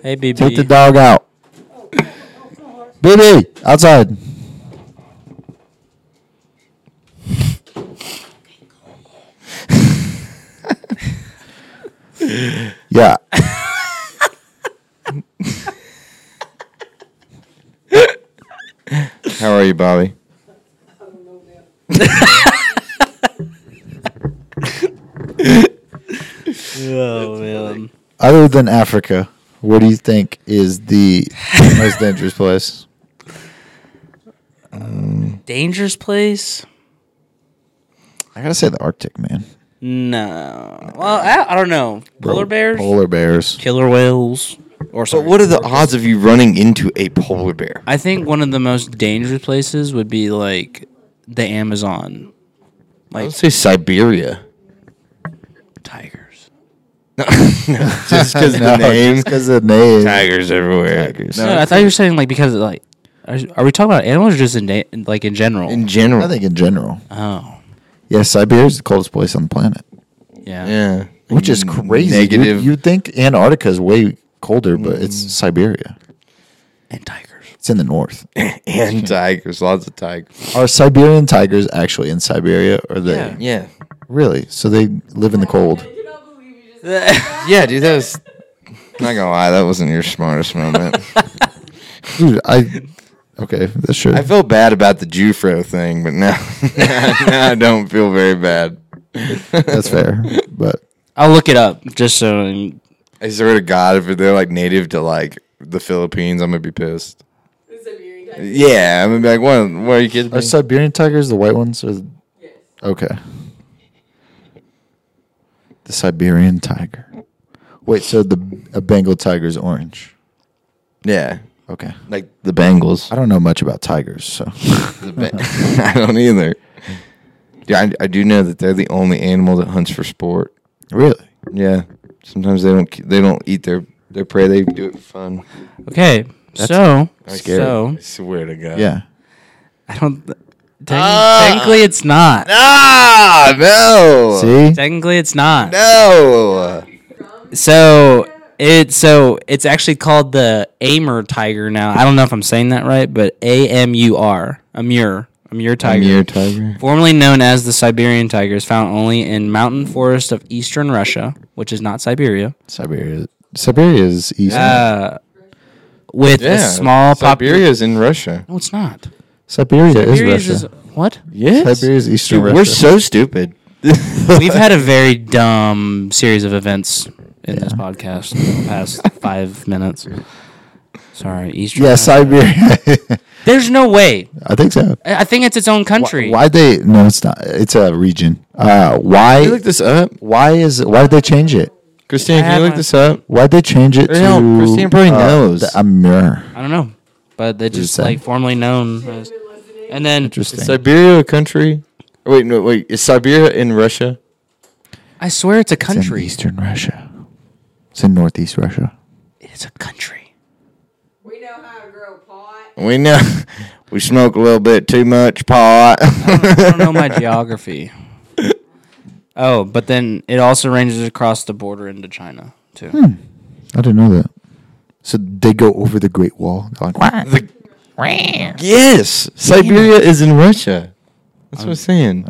hey, BB. Take the dog out. BB, outside. yeah. How are you, Bobby? oh, man. Other than Africa, what do you think is the most dangerous place? Dangerous place? I gotta say the Arctic, man. No. Well, I, I don't know. Polar bears? Polar bears. Killer whales? Or But something. what are the odds of you running into a polar bear? I think one of the most dangerous places would be like the Amazon. I Like would say Siberia. tigers. No, no, just because the name. Because the name. Tigers everywhere. Tigers. No, No, I thought you were saying like because of, like are, are we talking about animals or just in da- like in general? in general. I think in general. oh. Yeah, Siberia is the coldest place on the planet, Yeah. yeah, which is crazy. Negative. You'd, you'd think Antarctica is way colder, but it's Siberia. And tigers. Mm. It's in the north. and tigers, lots of tigers. Are Siberian tigers actually in Siberia? Or they Yeah. Yeah, really? So they live in the cold. I cannot believe you just. yeah, dude. That was not gonna lie. That wasn't your smartest moment. Dude, I okay. That's sure. I felt bad about the Jufro thing, but now, now I don't feel very bad. That's fair. But I'll look it up just so I swear to God, if they're like native to like the Philippines, I'm gonna be pissed. It's a very tight- Yeah, I'm gonna be like, what? What are you kidding are me? Siberian tigers the white ones or the, Yes. okay? The Siberian tiger. Wait, so the a Bengal tiger is orange. Yeah, Okay. like the Bengals. I don't know much about tigers, so The ba- I don't either. Yeah, I, I do know that they're the only animal that hunts for sport. really. Yeah, sometimes they don't ki- they don't eat their their prey. They do it for fun. Okay. so Scary. so I swear to God. Yeah. I don't th- techni- Ah! technically it's not. Ah no. See? Technically it's not. No. So it so it's actually called the Amur tiger now. I don't know if I'm saying that right, but A M U R, a mur, a mur Tiger. tiger. Tiger. Formerly known as the Siberian tiger, is found only in mountain forest of eastern Russia, which is not Siberia, Siberia. Siberia is eastern. uh, with a small population. Siberia's in Russia. No, it's not. Siberia, Siberia is Russia. is what? Yes. Siberia is eastern Dude, Russia. we're so stupid. We've had a very dumb series of events in this podcast in the past five minutes. Sorry, eastern. yeah, Russia. Siberia. There's no way. I think so. I I think it's its own country. Why they? No, it's not. It's a region. Uh, why? Can you look this up, why is? Why did they change it? Christine? I Can you have look my- this up? Why did they change it I know, to? uh, Christine probably knows. The Amur. I don't know, but they just say? like formally known as. And then Interesting. Is Siberia a country? Oh, Wait, no, wait. Is Siberia in Russia? I swear it's a It's in country. eastern Russia. It's in northeast Russia. It's a country. We know how to grow pot. We know we smoke a little bit too much pot. I don't know my geography. Oh, but then it also ranges across the border into China too. Hmm. I didn't know that. So they go over the Great Wall. They're like, "Wah." yes, Siberia is in Russia. That's what I'm saying.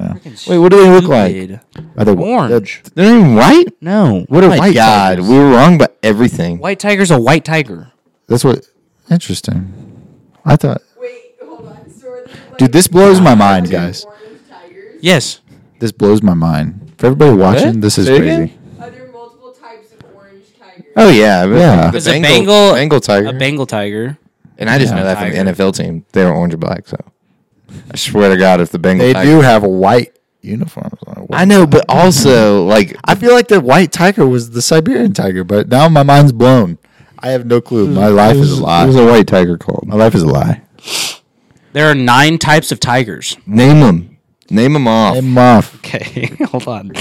Wait, what do they look like? Stupid. Are they- Orange. They're not even white. No. What are My white God, tigers? we were wrong about everything. White tiger's a white tiger. That's what. Interesting. I thought. Wait, hold on. So are there, like, Dude, this blows my mind, guys. Orange tigers. Yes. This blows my mind. For everybody watching, What? this is Say it crazy. again? Are there multiple types of orange tigers? Uh, Oh yeah, but Yeah. The There's a Bengal, Bengal- Bengal tiger. A Bengal tiger. and I just Yeah. know that from Tiger. the NFL team. They were orange or black. So I swear to God, if the Bengal They tiger, do have white uniforms. on. I know, but also like I feel like the white tiger was the Siberian tiger, but now my mind's blown. I have no clue. My life is a There's lie. a white tiger called. My life is a lie. There are nine types of tigers. Name them. Name them off. Hey, Muff. Okay, hold on.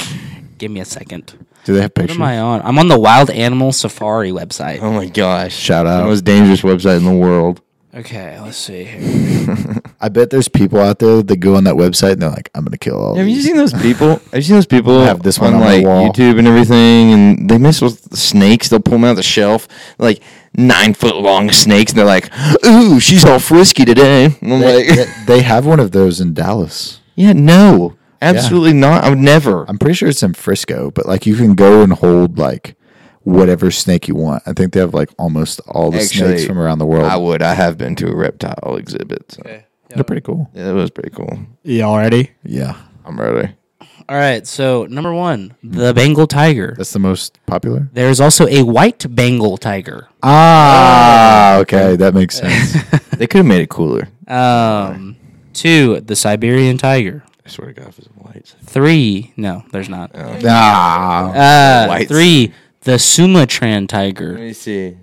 Give me a second. Do they have What pictures? am I on? I'm on the Wild Animal Safari website. Oh my gosh! Shout out. The most dangerous website in the world. Okay, let's see here. I bet there's people out there that go on that website and they're like, I'm gonna kill all. Have you these." seen those people? Have you seen those people I have this one on, on my like wall. YouTube and everything? And they mess with snakes. They'll pull them out of the shelf, like nine foot long snakes, and they're like, "Ooh, she's all frisky today." And I'm They, like, they- they have one of those in Dallas. "Yeah, no, absolutely not. I would never." I'm pretty sure it's in Frisco, but like you can go and hold like whatever snake you want. I think they have like almost all the snakes from around the world. I would. I have been to a reptile exhibit. So. They're pretty cool. Yeah, that was pretty cool. You already? Yeah, I'm ready. All right, so number one, the Bengal tiger. that's the most popular. There is also a white Bengal tiger. Ah, okay, that makes sense. They could have made it cooler. Um, two, the Siberian tiger. I swear to God, if it's white. Three, no, there's not. ah, Uh, Oh, Whites. three, the Sumatran tiger. Let me see.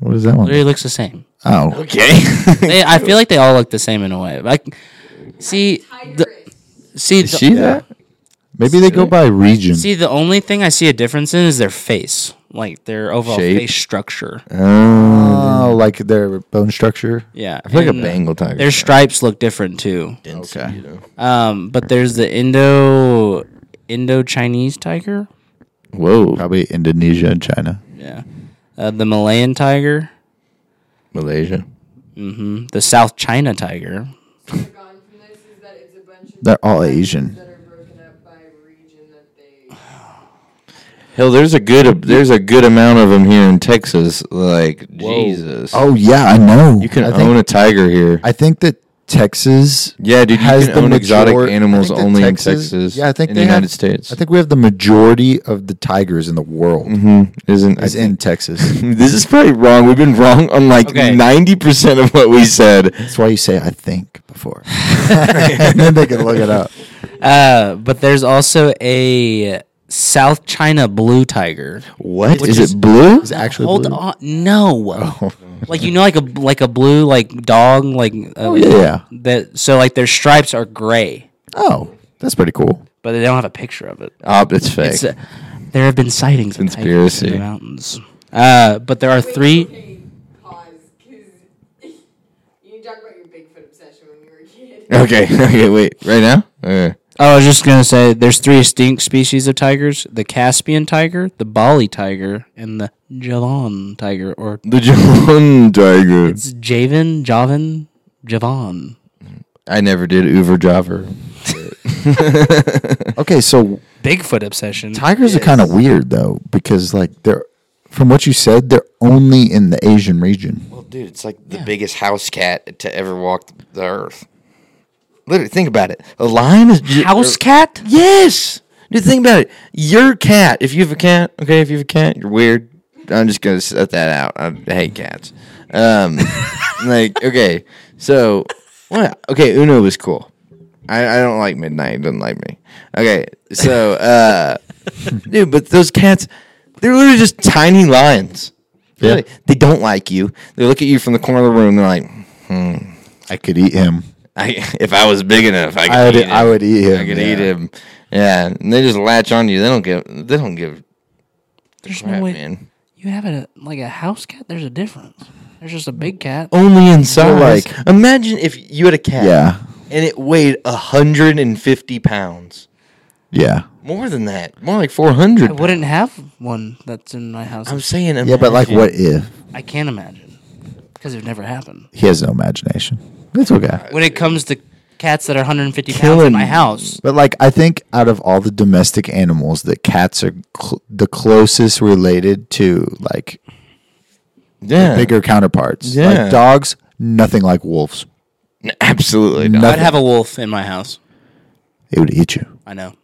what is that one? Literally looks the same. Oh, Okay. They, I feel like they all look the same in a way. Like, see, the, see, the, Is she that? maybe they go by region. see, the only thing I see a difference in is their face, like their overall Shape. face structure. Oh, Oh, like their bone structure. Yeah, I feel like a and Bengal tiger. Their stripes look different too. okay. You know. Um, but there's the Indo Indo Chinese tiger. Whoa, Probably Indonesia and China. Yeah, uh, the Malayan tiger. Malaysia. hmm The South China tiger. I've gone from this is that it's a bunch of They're all countries Asian. That are broken up by region that they. Uh, Hell, there's a good there's a good amount of them here in Texas. Like Jesus, Oh yeah, I know. you can I own think, a tiger here. I think that Texas yeah, dude, you has can the own exotic major- I animals think that only in Texas- Texas. yeah, I think in they the have- United States. I think we have the majority of the tigers in the world mm-hmm. isn't I is in Texas. think- this is probably wrong. We've been wrong on like Okay. ninety percent of what we said. That's why you say I think before, and then they can look it up. Uh, but there's also a South China blue tiger. What Which is is- it? Blue? It's actually Hold blue. on, no. Like you know, like a like a blue like dog like. Uh, oh yeah. That so like their stripes are gray, Oh, that's pretty cool. but they don't have a picture of it. Oh, it's fake. It's, uh, there have been sightings of tigers Conspiracy. in the mountains. Uh, but there are Wait, three. Okay, pause, because you talk about your Bigfoot obsession when you were a kid. okay, okay, wait, right now. Okay. I was just gonna say there's three extinct species of tigers: the Caspian tiger, the Bali tiger, and the Javan tiger, or The John Tiger. it's Javan, Javan, Javan. I never did Uber Jobber. Okay, so Bigfoot obsession. tigers are kind of weird though because like they're from what you said, they're only in the Asian region. Well, dude, it's like the biggest house cat to ever walk the earth. Literally, think about it. A lion is ju- er, House cat? Yes, dude. Think about it. Your cat. If you have a cat, okay. If you have a cat, you're weird. I'm just gonna set that out. I hate cats. Um, like okay, so what? Okay, Uno was cool. I, I don't like Midnight. It doesn't like me. Okay, so uh, dude, but those cats, they're literally just tiny lions. Yeah. Really. They don't like you. They look at you from the corner of the room. They're like, I could eat him. I, if I was big enough, I could I would. eat him. I would eat him. I could yeah. eat him. Yeah, and they just latch on you. They don't give. They don't give. There's crap, no way. man. You have a like a house cat. There's a difference. There's just a big cat. Only in size. like- Like, imagine if you had a cat. Yeah, And it weighed hundred and fifty pounds. yeah, More than that. More like four hundred. I wouldn't have one that's in my house. I'm saying. Imagine. yeah. But like, what if I can't imagine because it never happened. he has no imagination? It's okay. When it comes to cats that are 150 pounds Killing- in my house, But like, I think out of all the domestic animals, that cats are cl- the closest related to like Yeah. bigger counterparts. Yeah. Like dogs, nothing like wolves. N- Absolutely not. I'd have a wolf in my house. It would eat you. I know.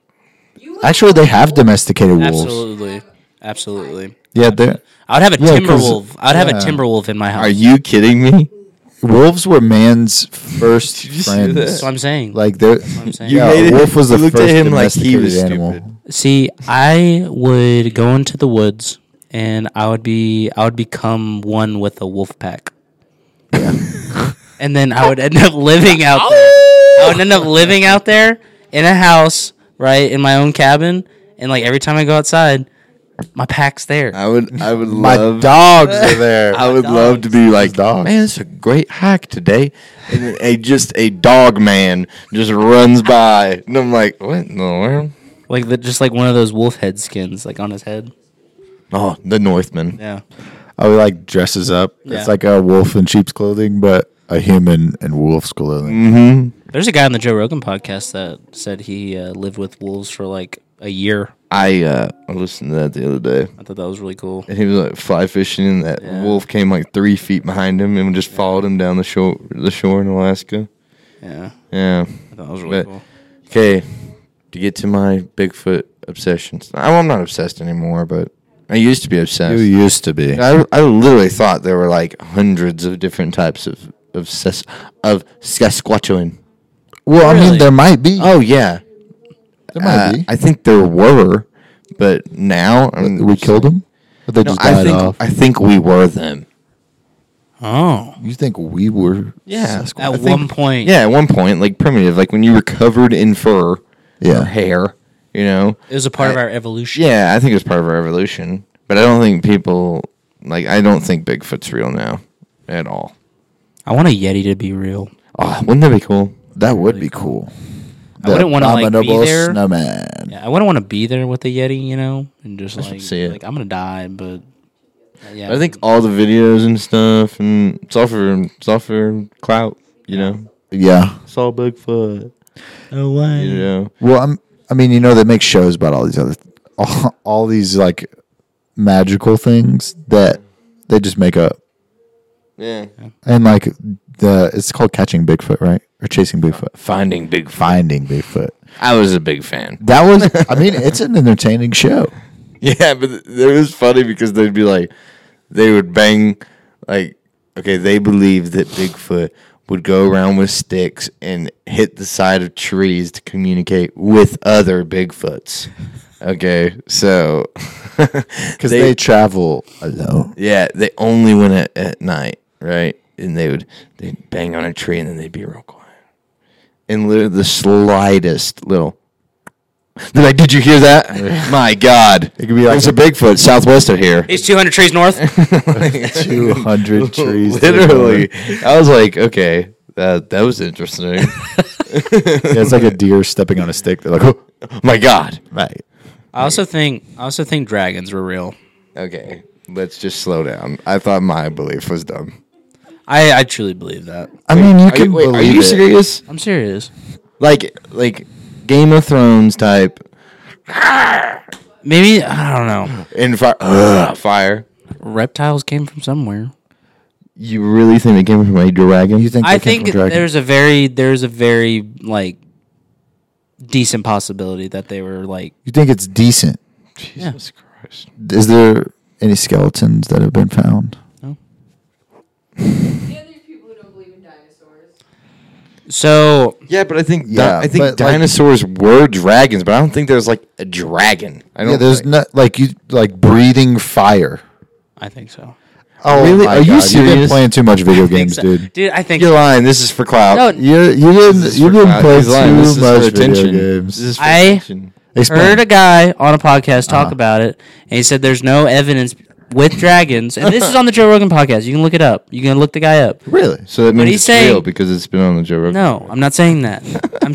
You would Actually, they have domesticated wolves. Absolutely. Absolutely. Yeah, they're- I would have a Yeah, 'cause- timber wolf. I'd have yeah. a timber wolf in my house. Are you kidding me? wolves were man's first you see friends. That's what I'm saying. Like they're I'm saying. You yeah, made it- wolf was you the looked first at him like he domesticated was animal. stupid. See, I would go into the woods and I would be I would become one with a wolf pack. and then I would end up living out there. I would end up living out there in a house, right, in my own cabin, and like every time I go outside, my pack's there. I would I would My love dogs are there. I would love to be like dogs. dog. Man, it's a great hike today. And then a just a dog man just runs by, and I'm like, what in the world? Like the, just like one of those wolf head skins, like on his head. Oh, the Northman. Yeah. Oh, he like dresses up. Yeah. It's like a wolf in sheep's clothing, but a human in wolf's clothing. Mm-hmm. There's a guy on the Joe Rogan podcast that said he uh, lived with wolves for like a year. I uh, I listened to that the other day, I thought that was really cool. and he was like fly fishing, and that Yeah. wolf came like three feet behind him and just followed him down the shore, the shore in Alaska. Yeah. Yeah. I thought that was really But- cool. Okay, to get to my Bigfoot obsessions. I- I'm not obsessed anymore, but I used to be You obsessed. used to be. I, I literally thought there were like hundreds of different types of of Sas- of Saskatchewan. Well, I Really? mean, there might be. Oh yeah, there might Uh, be. I think there were, but now I mean, we killed them. But they No, just died I think off. I think we were them. Oh. you think we were? Yeah. Sasquatch? At think- one point. Yeah, at one point, like primitive, like when you were covered in fur, Yeah. or hair, you know. It was a part of I- our evolution. Yeah, I think it's part of our evolution, but I don't think people like. I don't think Bigfoot's real now at all. I want a Yeti to be real. Oh, wouldn't that be cool? That would be cool. I wouldn't wanna, like, be Abominable there. Snowman. Yeah, I wouldn't want to be there with the Yeti, you know, and just I should like, see it. like I'm gonna die, but uh, yeah, I think all the videos and stuff and software and software and clout. You know, Yeah. it's all Bigfoot. no way. You know, Well, I'm, I mean, you know, they make shows about all these other, all, all these like magical things that they just make up. yeah. And like the, it's called Catching Bigfoot, right? Or Chasing Bigfoot. Finding Bigfoot. Finding Bigfoot. I was a big fan. That was, I mean, it's an entertaining show. Yeah, but th- it was funny because they'd be like, they would bang, like, okay, they believed that Bigfoot would go around with sticks and hit the side of trees to communicate with other Bigfoots. Okay, so Because they, travel alone. yeah, they only went at, at night, right? And they would they would bang on a tree and then they'd be real quiet. And literally the slightest little. They're like, did you hear that? My God! It could be like- there's a Bigfoot southwest of here. It's 200 trees north. 200 trees. to the Literally, north. I was like, okay, that that was interesting. Yeah, it's like a deer stepping on a stick. They're like, oh, My God! right. I also think I also think dragons were real. Okay, let's just slow down. I thought my belief was dumb. I, I truly believe that. I mean, you Are can you, wait, are believe you it. serious? I'm serious. Like like Game of Thrones type Maybe I don't know. in fire fire. Reptiles came from somewhere. You really think it came from a dragon? You think I they came think from dragon? there's a very there's a very like decent possibility that they were like You think it's decent? Jesus Christ! Is there any skeletons that have been found? Yeah, there's people who don't believe in dinosaurs. so Yeah, but I think di- Yeah, I think but, like- dinosaurs were dragons, but I don't think there's like a dragon. I don't. Yeah, there's think- not like you like breathing fire. I think so. Oh, Really? Are you You've been serious? playing too much video I think games, so. dude. Dude, I think You're lying. This is for clout. No, You you This didn't is you for didn't clout. play He's lying. This is too for much attention. video games. This is for I- attention. Explain. heard a guy on a podcast talk Uh-huh. about it, and he said there's no evidence with dragons. And this is on the Joe Rogan podcast. You can look it up. You can look the guy up. really? So that But means he's it's saying- real because it's been on the Joe Rogan. No, I'm not saying that. I'm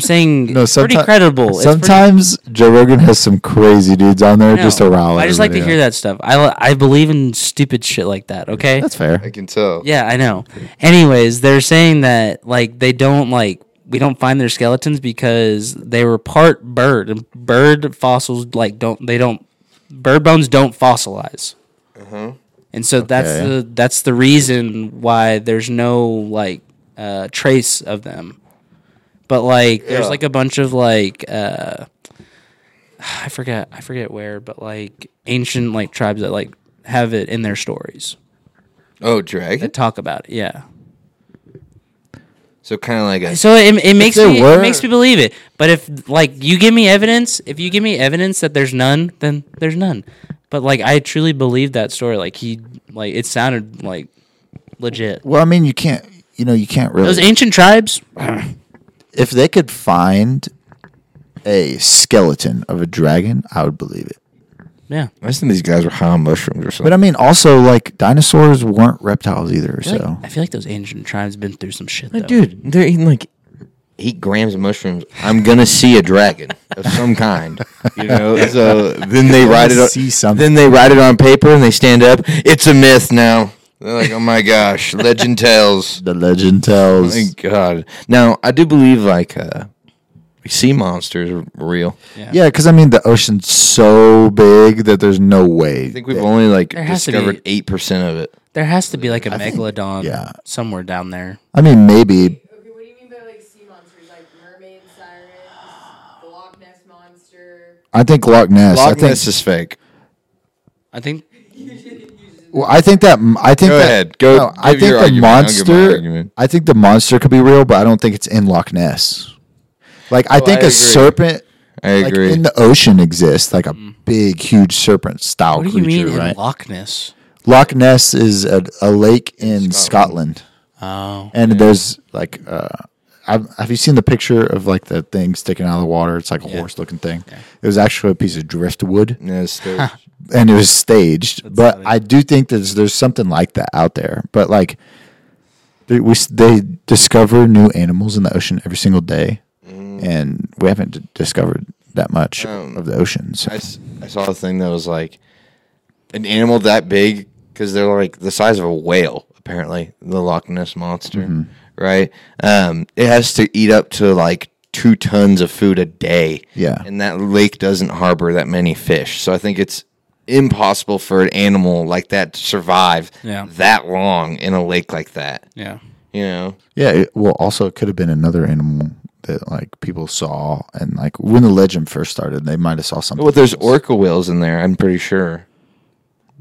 saying No, it's pretty someti- credible. It's pretty- Sometimes Joe Rogan has some crazy dudes on there No, just to rile. I just like to everybody hear up. that stuff. I li- I believe in stupid shit like that. Okay. That's fair. I can tell. yeah, I know. Anyways, they're saying that like they don't like we don't find their skeletons because they were part bird and bird fossils like don't they don't bird bones don't fossilize. And so that's Okay. the that's the reason why there's no like uh, trace of them. But like there's Yeah. like a bunch of like uh, I forget I forget where, but like ancient like tribes that like have it in their stories Oh, that dragon. talk about it. Yeah. So kind of like a. So it, it makes there me were- it makes me believe it. But if like you give me evidence, if you give me evidence that there's none, then there's none. But like I truly believe that story. Like he like it sounded like legit. Well, I mean, you can't. You know, you can't really. Those ancient tribes, if they could find a skeleton of a dragon, I would believe it. Yeah. I just think these guys were high on mushrooms or something. But I mean, also like dinosaurs weren't reptiles either. I feel, So like, I feel like those ancient tribes been through some shit. Like, though. dude, they're eating like eight grams of mushrooms. I'm gonna see a dragon of some kind, you know. So then they write it. On, See something. Then they write it on paper and they stand up. It's a myth now. They're like, oh my gosh, legend tells. the legend Oh tells. my god. Now I do believe like uh, sea monsters are real. yeah, because I mean, the ocean's so big that there's no way. I think we've only like There has to discovered be- eight percent of it. There has to be like a megalodon yeah. somewhere down there. I mean, maybe. Okay, what do you mean by like sea monsters? Like mermaid, sirens, the Loch Ness monster. I think Loch Ness. I Loch think. Ness is fake. I think well, I think that. I think. Go that, ahead. Go No, I think give the your argument. I'll give my monster. argument. I think the monster could be real, but I don't think it's in Loch Ness. Like I Oh, think I a agree. serpent, I like agree. in the ocean, exists. Like a big, huge serpent style Mm. what do creature, you mean in right? Loch Ness? Loch Ness is a, a lake in Scotland, Oh. and there's like, uh, I've, have you seen the picture of like the thing sticking out of the water? It's like a horse-looking thing. It was actually a piece of driftwood, Yeah, it's stupid. and it was staged. but I do think that there's, there's something like that out there. But like, they, we s- they discover new animals in the ocean every single day, Mm. and we haven't d- discovered that much Um, of the ocean. So. I, s- I saw a thing that was like an animal that big because they're like the size of a whale apparently the loch ness monster Mm-hmm. right um, it has to eat up to like two tons of food a day Yeah. and that lake doesn't harbor that many fish so i think it's impossible for an animal like that to survive Yeah. that long in a lake like that Yeah. you know Yeah, it, well, also it could have been another animal that like people saw, and like when the legend first started, they might have saw something. well there's else. orca whales in there i'm pretty sure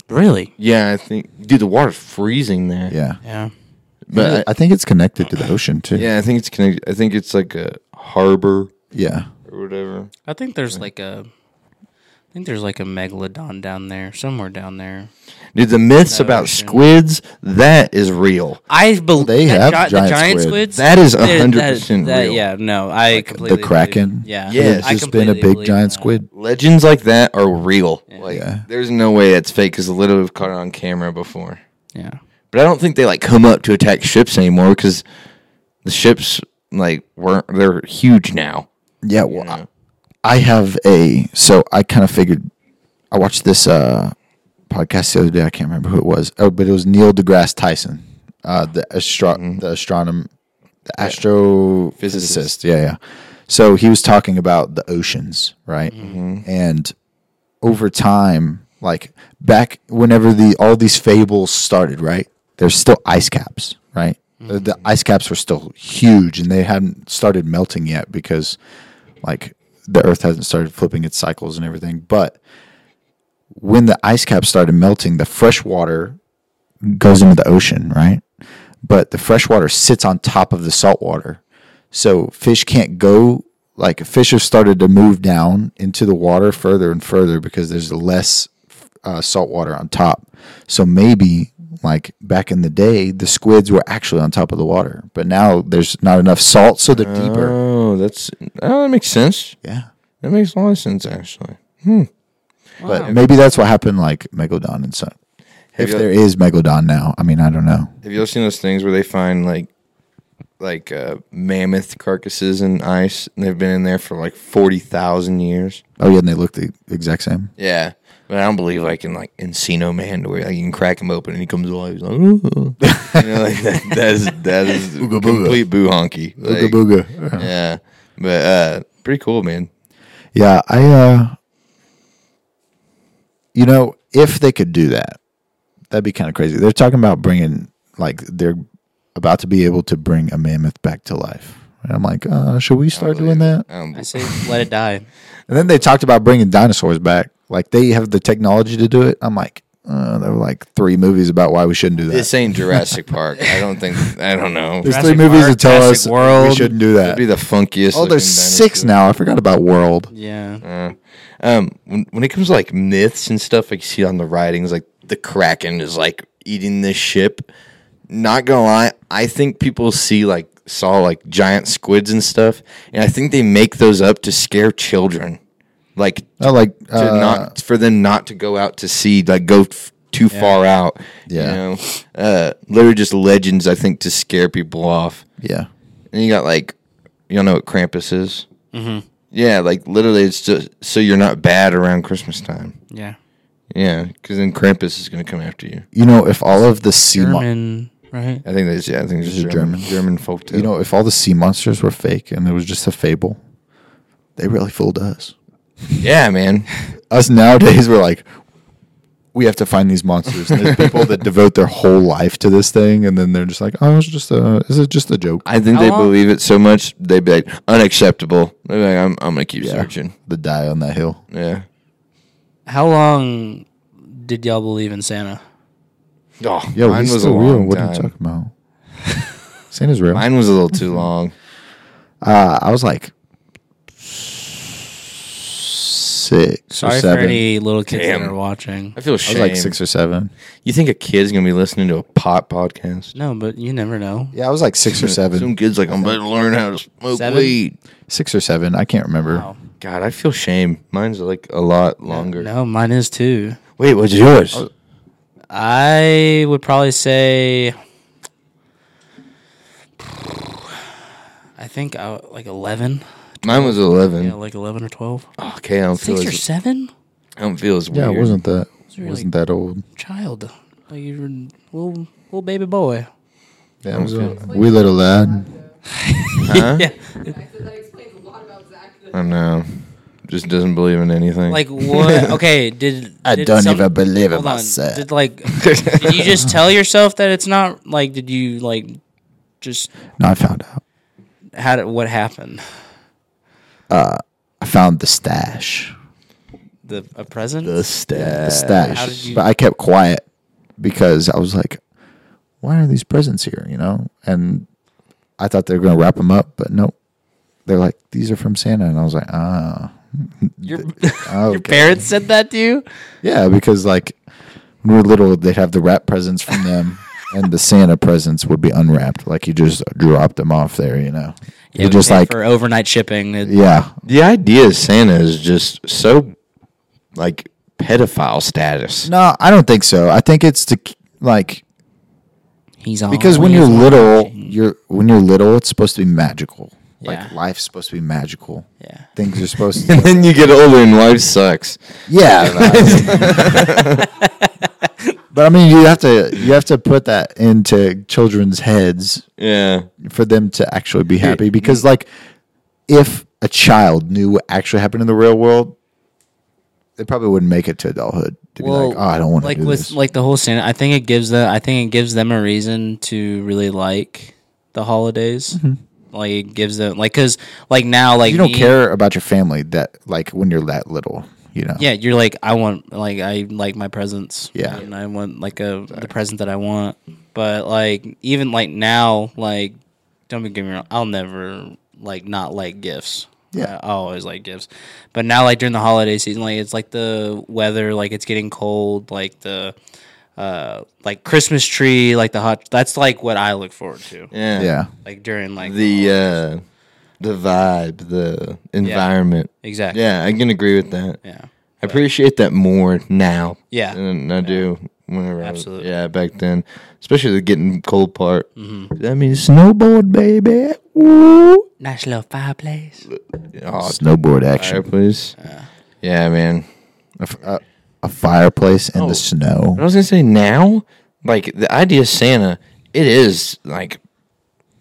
Really? yeah i think dude the water's freezing there Yeah, Yeah. but I, I think it's connected to the ocean too. Yeah, I think it's connected. I think it's like a harbor yeah. or whatever. I think there's like a I think there's like a megalodon down there, somewhere down there. Dude, the myths No, about it's- squids, that is real. I believe They have giant the giant squid. squids. That is That- 100% that- real. Yeah, no, I completely the kraken. Believe, yeah, Yes. it's I just been a completely big believe giant that. squid. Legends like that are real. Like, Yeah. there's no way that's fake because literally we've caught it on camera before. Yeah, But I don't think they like come up to attack ships anymore because the ships like weren't they're huge now. Yeah, well, I, I have a so I kind of figured. I watched this uh, podcast the other day. I can't remember who it was. Oh, but it was Neil deGrasse Tyson, uh, the astro the astronom, the astrophysicist. Yeah, yeah. So he was talking about the oceans, right? And over time, like back whenever the all these fables started, right? There's still ice caps, right? The, the ice caps were still huge, and they hadn't started melting yet because, like, the Earth hasn't started flipping its cycles and everything. But when the ice cap started melting, the fresh water goes into the ocean, right? But the fresh water sits on top of the salt water. So fish can't go like fish have started to move down into the water further and further because there's less uh, salt water on top. So maybe like back in the day, the squids were actually on top of the water, but now there's not enough salt, so they're deeper. Oh, that's oh, that makes sense. Yeah. That makes a lot of sense actually. But maybe that's what happened, like Megalodon and so. If you- there is Megalodon now, I mean, I don't know. Have you ever seen those things where they find like like uh, mammoth carcasses in ice and they've been in there for like 40,000 years? Oh yeah, and they look the exact same. Yeah. But I don't believe like in like Encino Man where like you can crack him open and he comes alive. He's like, "Ooh." you know, like that, that is that is complete boo honky. Like, booga. Yeah. But uh pretty cool, man. Yeah, I uh you know, if they could do that, that'd be kind of crazy. They're talking about bringing like they're about to be able to bring a mammoth back to life. And I'm like, uh, should we start doing that? I don't I believe- say let it die. And then they talked about bringing dinosaurs back. Like they have the technology to do it. I'm like, uh, there were like three movies about why we shouldn't do that. this ain't Jurassic Park. I don't think I don't know. There's That'd three Jurassic movies Park, that tell Jurassic us we World. shouldn't do that. be the funkiest. Oh, looking there's six dinosaur. now. I forgot about World. Yeah, Um, when, when it comes to like myths and stuff, like you see on the writings, like the Kraken is like eating this ship. Not gonna lie, I think people see like saw like giant squids and stuff, and I think they make those up to scare children. like I Oh, like uh, to not for them not to go out to sea, like go f- too far out. Yeah. you know, uh, literally just legends. I think to scare people off. yeah. And you got like, you all know what Krampus is? Mm-hmm. Yeah, like literally, it's just so you're not bad around Christmas time. Yeah. Yeah, because then Krampus is going to come after you. You know, if all of the sea mon- German, right? I think that's yeah. I think it's Is it German? German German folk tale. you know, if all the sea monsters were fake and it was just a fable, they really fooled us. yeah, man. Us nowadays, we're like, we have to find these monsters. And there's people that devote their whole life to this thing, and then they're just like, oh, it's just a, is it just a joke? I think How they long- believe it so much they'd be like unacceptable. They'd be like, I'm I'm gonna keep Yeah. searching. the die on that hill. Yeah. How long did y'all believe in Santa? Oh, Yeah, mine he's was a still real. long What are you time. talking about? Santa's real. Mine was a little too long. Uh, I was like six or Sorry for seven. any little kids Damn. that are watching. I feel I shame. was like six or seven. you think a kid's gonna be listening to a pot podcast? No, but you never know. Yeah, I was like six or Some seven. kids like I'm about to learn how to smoke Seven? weed. Six or seven. I can't remember. Wow. God, I feel shame. Mine's like a lot longer. No, mine is too. Wait, what's yours? Oh, I would probably say. I think I, like 11. Mine was eleven. Oh, Yeah, like 11 or 12. okay, I don't feel. Six or As, seven? I don't feel as Yeah, weird. it wasn't that. really- wasn't that old. Child. Like you were a little, little baby boy. Yeah, it was a wee little lad. Huh? yeah. I said that explains a lot about Zach. I know. Just doesn't believe in anything. Like what? Okay, did I did don't some- even believe in hold on, myself. Did like did you just tell yourself that it's not like? Did you like just No, I found out. how did what happened? I found the stash. The a present? The stash. How did stash. you- But I kept quiet because I was like, why are these presents here? You know? And I thought they were going to wrap them up, but nope. They're like, these are from Santa. And I was like, ah. your your Okay. parents said that to you? Yeah, because like when we were little, they'd have the wrap presents from them, and the Santa presents would be unwrapped. Like you just dropped them off there, you know. you we just paid like for overnight shipping. It- yeah, The idea of Santa is just so like pedophile status. no, I don't think so. I think it's to k- like He's on because when you're little, you're when you're little, it's supposed to be magical. Like Yeah. life's supposed to be magical. yeah. Things are supposed And to. then you get older and life sucks. yeah. But I mean, you have to you have to put that into children's heads Yeah. for them to actually be happy because like if a child knew what actually happened in the real world they probably wouldn't make it to adulthood to be like oh i don't want to like do with this like the whole Santa. I think it gives the I think it gives them a reason to really like the holidays. Like it gives them like because like now Mm-hmm. like you don't me- care about your family that like when you're that little you know Yeah, you're like I want like I like my presents. Yeah. and I want like a the present that I want. But like even like now, like don't be getting me wrong, I'll never like not like gifts. Yeah. I, I always like gifts. But now like during the holiday season, like it's like the weather, like it's getting cold, like the uh like Christmas tree, like the hot that's like what I look forward to. Yeah. yeah Like during like The uh the vibe, the environment. exactly. Yeah, I can agree with that. Yeah. I appreciate that more now. Yeah. Than I do whenever Absolutely. I was, yeah, back then. Especially the getting cold part. I mean snowboard baby. Woo. Nice little fireplace. Oh, snowboard action fireplace. yeah, man. a, f- a- a fireplace in Oh. the snow But I was gonna say now, like the idea of Santa, it is like,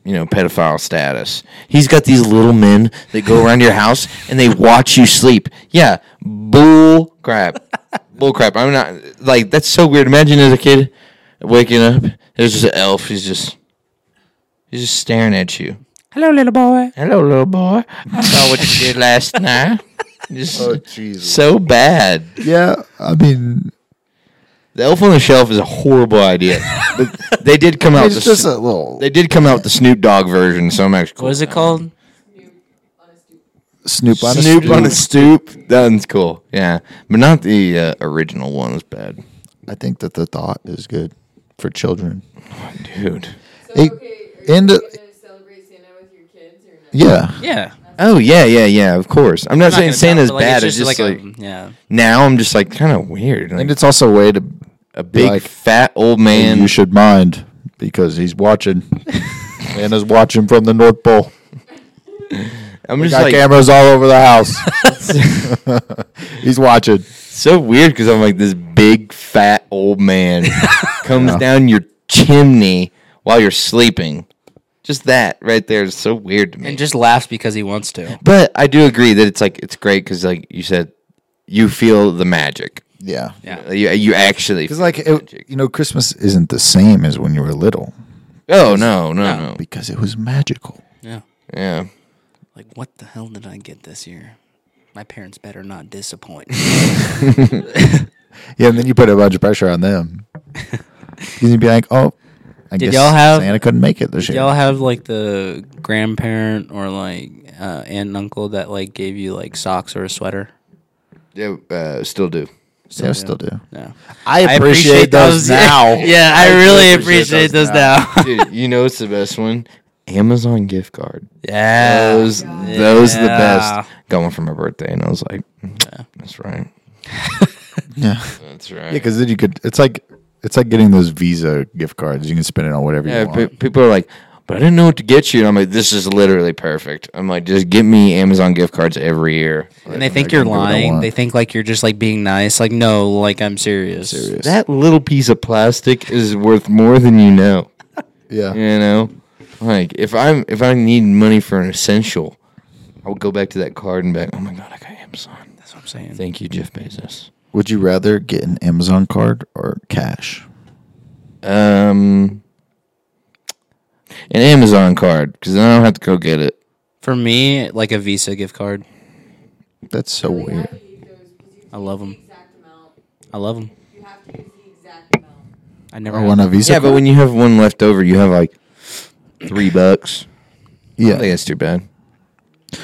you know, pedophile status. He's got these little men that go around your house and they watch you sleep. Yeah, bull crap, bull crap. I'm not like that's so weird. Imagine as a kid waking up, there's just an elf. He's just, he's just staring at you. Hello, little boy. Hello, little boy. I Oh, saw what you did last night. Just Oh, jesus so bad. yeah i mean The Elf on the Shelf is a horrible idea. but they did come out. it's Oh, The, just Sno- a little they did come out with the Snoop Dogg version, so I'm actually cool. What is it called? snoop on Snoop a on a stoop. stoop. That's cool. Yeah, but not the uh, original one was bad, i think that the thought is good for children dude. So, Hey, okay, are and you the- going to celebrate Santa with your kids or yeah not? Yeah. I Oh yeah, yeah, yeah. Of course. I'm not, not saying gonna Santa's tell, but, bad. It's just, like, a- yeah. now I'm just like kind of weird. I Like, think it's also a way to a big like- fat old man. and you should mind because he's watching. Man is watching from the North Pole. I'm We just got like cameras all over the house. he's watching. so weird because I'm like this big fat old man comes down your chimney while you're sleeping. Just that right there is so weird to me. And just laughs because he wants to. But I do agree that it's like it's great because like you said, you feel the magic. Uh, Yeah. Yeah. You you actually Because feel like the it, magic. you know, Christmas isn't the same as when you were little oh no no No. no because it was magical. Yeah. yeah Like, what the hell did I get this year? My parents better not disappoint. Yeah, and then you put a bunch of pressure on them. You'd be like, oh, I Did guess y'all have- Santa couldn't make it this year. Y'all have like the grandparent or like uh, aunt and uncle that like gave you like socks or a sweater. yeah uh, still do. They still do. No. I appreciate, those, now. yeah, I, really appreciate, those, now. Dude, you know it's the best one? Amazon gift card. yeah. Those those the best. Got one for my birthday, and I was like, "Mm, that's right, Yeah, that's right. yeah, because then you could. It's like it's like getting those Visa gift cards. You can spend it on whatever Yeah, you want. pe- people are like, but I didn't know what to get you. And I'm like, this is literally perfect. I'm like, just get me Amazon gift cards every year. And they think you're do what I lying. want. They think like you're just like being nice. Like no, like I'm serious. Serious. That little piece of plastic is worth more than you know. yeah. You know, like if I'm if I need money for an essential, I would go back to that card and be like, oh my god, I got Amazon. That's what I'm saying. Thank you, Jeff Bezos. Would you rather get an Amazon card or cash? Um, an Amazon card because I don't have to go get it. For me, like a Visa gift card. That's so weird. I love 'em. Exact amount. I love them. You have to use the exact amount. I never. I had want a them. Visa. yeah, but card? when you have one left over, you have like three bucks. I yeah, don't think that's too bad. you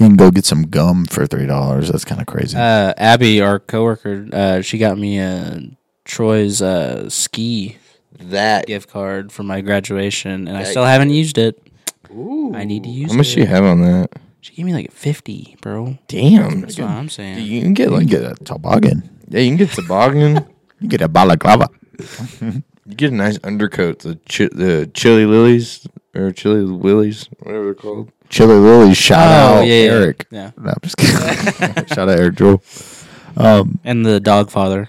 can go get some gum for three dollars. That's kind of crazy. uh, Abby, our coworker, uh, she got me a Troy's uh, ski That gift card for my graduation, and I That- still haven't used it. Ooh, I need to use how much it. you have on that? She gave me like fifty, bro. Damn, That's what I'm saying. you can you get can like get a toboggan. yeah, you can get toboggan. You can get a balaclava. you get a nice undercoat. The chi- the chili lilies or chili willies, whatever they're called. Chili Lily, shout out Eric. Oh, yeah. No, I'm just kidding. shout out Eric Jewell, And the dog father,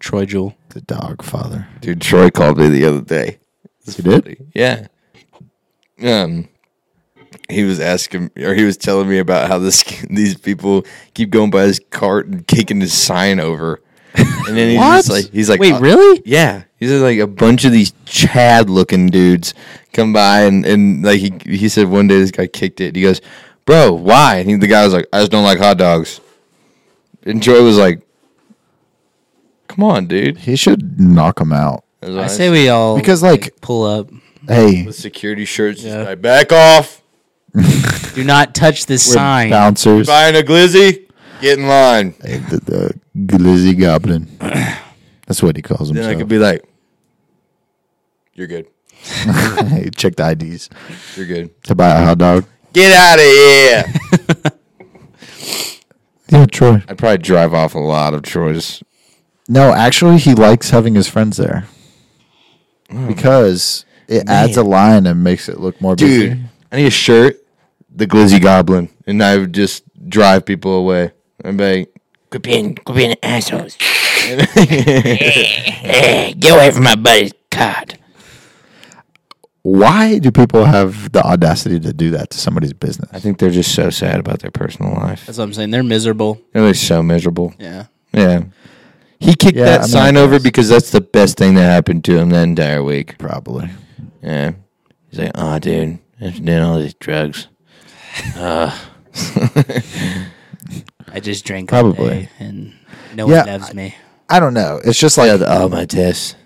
Troy Jewel. the dog father. Dude, Troy called me the other day. He did. Yeah. Um, he was asking, or he was telling me about how this these people keep going by his cart and kicking his sign over, and then he's just What? like, he's like, Wait, uh, really? Yeah, he said like a bunch of these Chad looking dudes come by and, and like he he said one day this guy kicked it. And he goes, "Bro, why?" And he, the guy was like, "I just don't like hot dogs." And Joy was like, "Come on, dude." He should knock him out. I, was I like, say we all Because, like- pull up. Hey, with security shirts, just Yeah. like, back off. Do not touch this we're sign. bouncers. Buying a glizzy, get in line. Hey, the, the glizzy goblin. That's what he calls Then I himself. could be like, "You're good. hey, check the IDs You're good. to buy a hot dog. Get out of here." Yeah, Troy. I'd probably drive off a lot of Troy's. No, actually, he likes having his friends there Oh. because it adds a line and makes it look more busy. dude. I need a shirt, the Glizzy Goblin, and I would just drive people away. I'd be like, quit being, quit being assholes. get away from my buddy's card. Why do people have the audacity to do that to somebody's business? I think they're just so sad about their personal life. That's what I'm saying. They're miserable. They're just so miserable. Yeah. Yeah. He kicked Yeah, that I mean, sign I over guess. because that's the best thing that happened to him that entire week. Probably. Yeah. He's like, oh, dude, after doing all these drugs. I just drank all Probably. day and no Yeah, one loves me. I don't know. It's just like all oh my tests.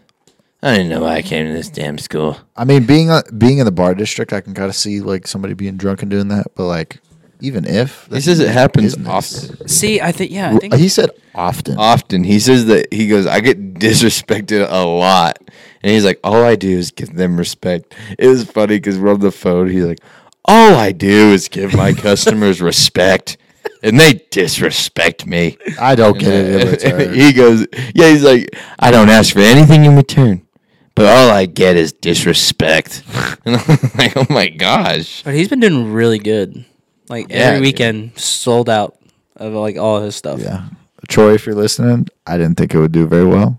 I didn't know why I came to this damn school. I mean, being uh, being in the bar district, I can kind of see like somebody being drunk and doing that. But like, even if He says it happens Business. often. See, I think yeah, I think he said often, often. He says that he goes, I get disrespected a lot. And he's like, all I do is give them respect. It was funny because we're on the phone. He's like, All I do is give my customers respect, and they disrespect me. I don't get it. in return. he goes, yeah, he's like, I don't ask for anything in return, but all I get is disrespect. And I'm like, oh my gosh. But he's been doing really good. Like Yeah, every dude. weekend, sold out of like all his stuff. Yeah. Troy, if you're listening, I didn't think it would do very well,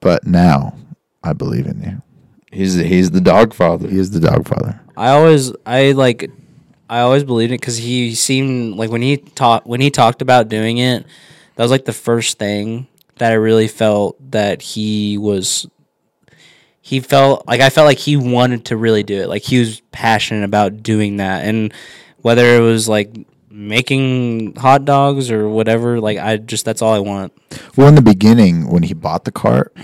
but now I believe in you. He's he's the dog father. He is the dog father. I always, I like, I always believed it because he seemed like when he taught when he talked about doing it, that was like the first thing that I really felt that he was. He felt like I felt like he wanted to really do it. Like he was passionate about doing that, and whether it was like making hot dogs or whatever, like I just that's all I want. Well, in the beginning, when he bought the cart,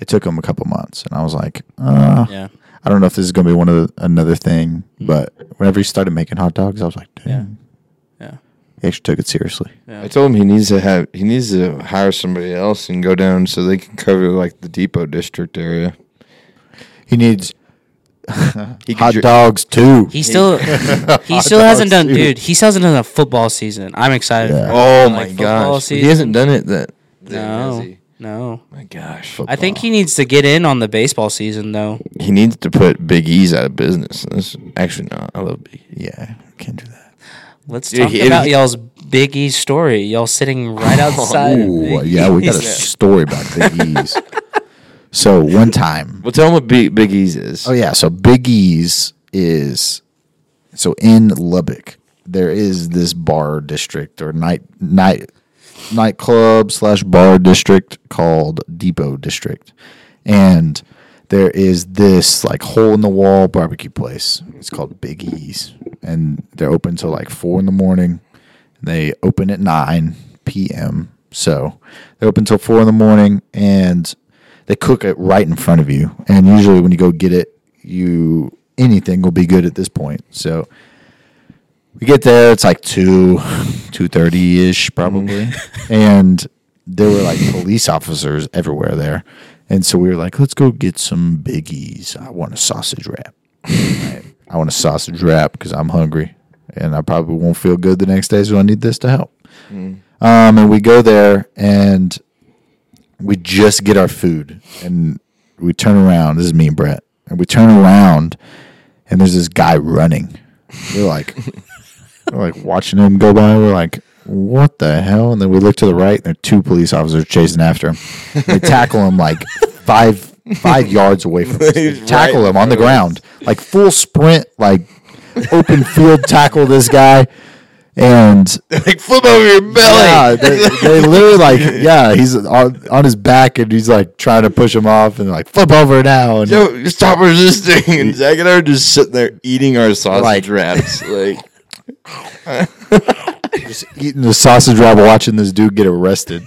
it took him a couple months, and I was like, uh, Yeah. Mm-hmm. I don't know if this is going to be one of the, another thing, but whenever he started making hot dogs, I was like, Yeah. damn. Yeah. He actually took it seriously. I told him he needs to have he needs to hire somebody else and go down so they can cover like the depot district area. He needs He could hot dri- dogs too. He still he Hot still hasn't dogs, done dude. he still hasn't done a football season. I'm excited Yeah. for it. Oh Like my football gosh. He season? hasn't done it that No. has he? No. My gosh. I think he needs to get in on the baseball season though. He needs to put Big E's out of business. That's actually not. I love Big E. yeah, can't do that. Let's Yeah, talk he- about he- y'all's Big E story. Y'all sitting right outside. of Ooh, Big yeah, we got a E's. story about Big E's. so one time, Well tell him what Big Big E's is. Oh yeah, so Big E's is so in Lubbock there is this bar district or night night nightclub slash bar district called Depot District, and there is this like hole in the wall barbecue place. It's called Big E's, and they're open till like four in the morning. They open at nine p.m. So they're open till four in the morning, and they cook it right in front of you. And usually, when you go get it, you anything will be good at this point. So we get there, it's like two, two thirty ish probably, and there were like police officers everywhere there, and so we were like, let's go get some biggies. I want a sausage wrap. Right? I want a sausage wrap because I'm hungry, and I probably won't feel good the next day, so I need this to help. Um, and we go there, and we just get our food and we turn around. This is me and Brett. And we turn around and there's this guy running. We're like, we're like watching him go by. We're like, what the hell? And then we look to the right and there are two police officers chasing after him. They tackle him like five five yards away from us. They He's tackle right him on the ground. Like full sprint, like open field tackle this guy. And like flip over your yeah, they, they literally like yeah, he's on, on his back and he's like trying to push him off and like flip over now and Yo, stop resisting. And Zach and I are just sitting there eating our sausage Like- wraps. Like just eating the sausage wrap watching this dude get arrested.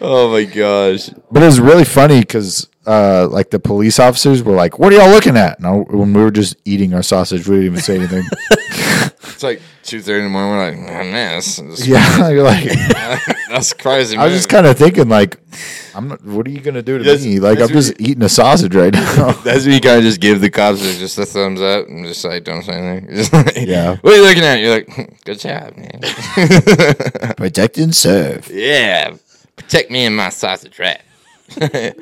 oh my gosh. But it was really funny because uh, like the police officers were like, "What are y'all looking at?" And I, when we were just eating our sausage, we didn't even say anything. It's like two thirty in the morning. We're like, man, man, that's, that's, yeah, you're like that's crazy. I was just kind of thinking like, "I'm not. What are you gonna do to That's- me? Like I'm that's what just eating a sausage right now." That's when you kind of just give the cops like, just the thumbs up and just like don't say anything. Just like, Yeah. What are you looking at? You're like, "Hmm, good job, man. Protect and serve. yeah, protect me and my sausage wrap.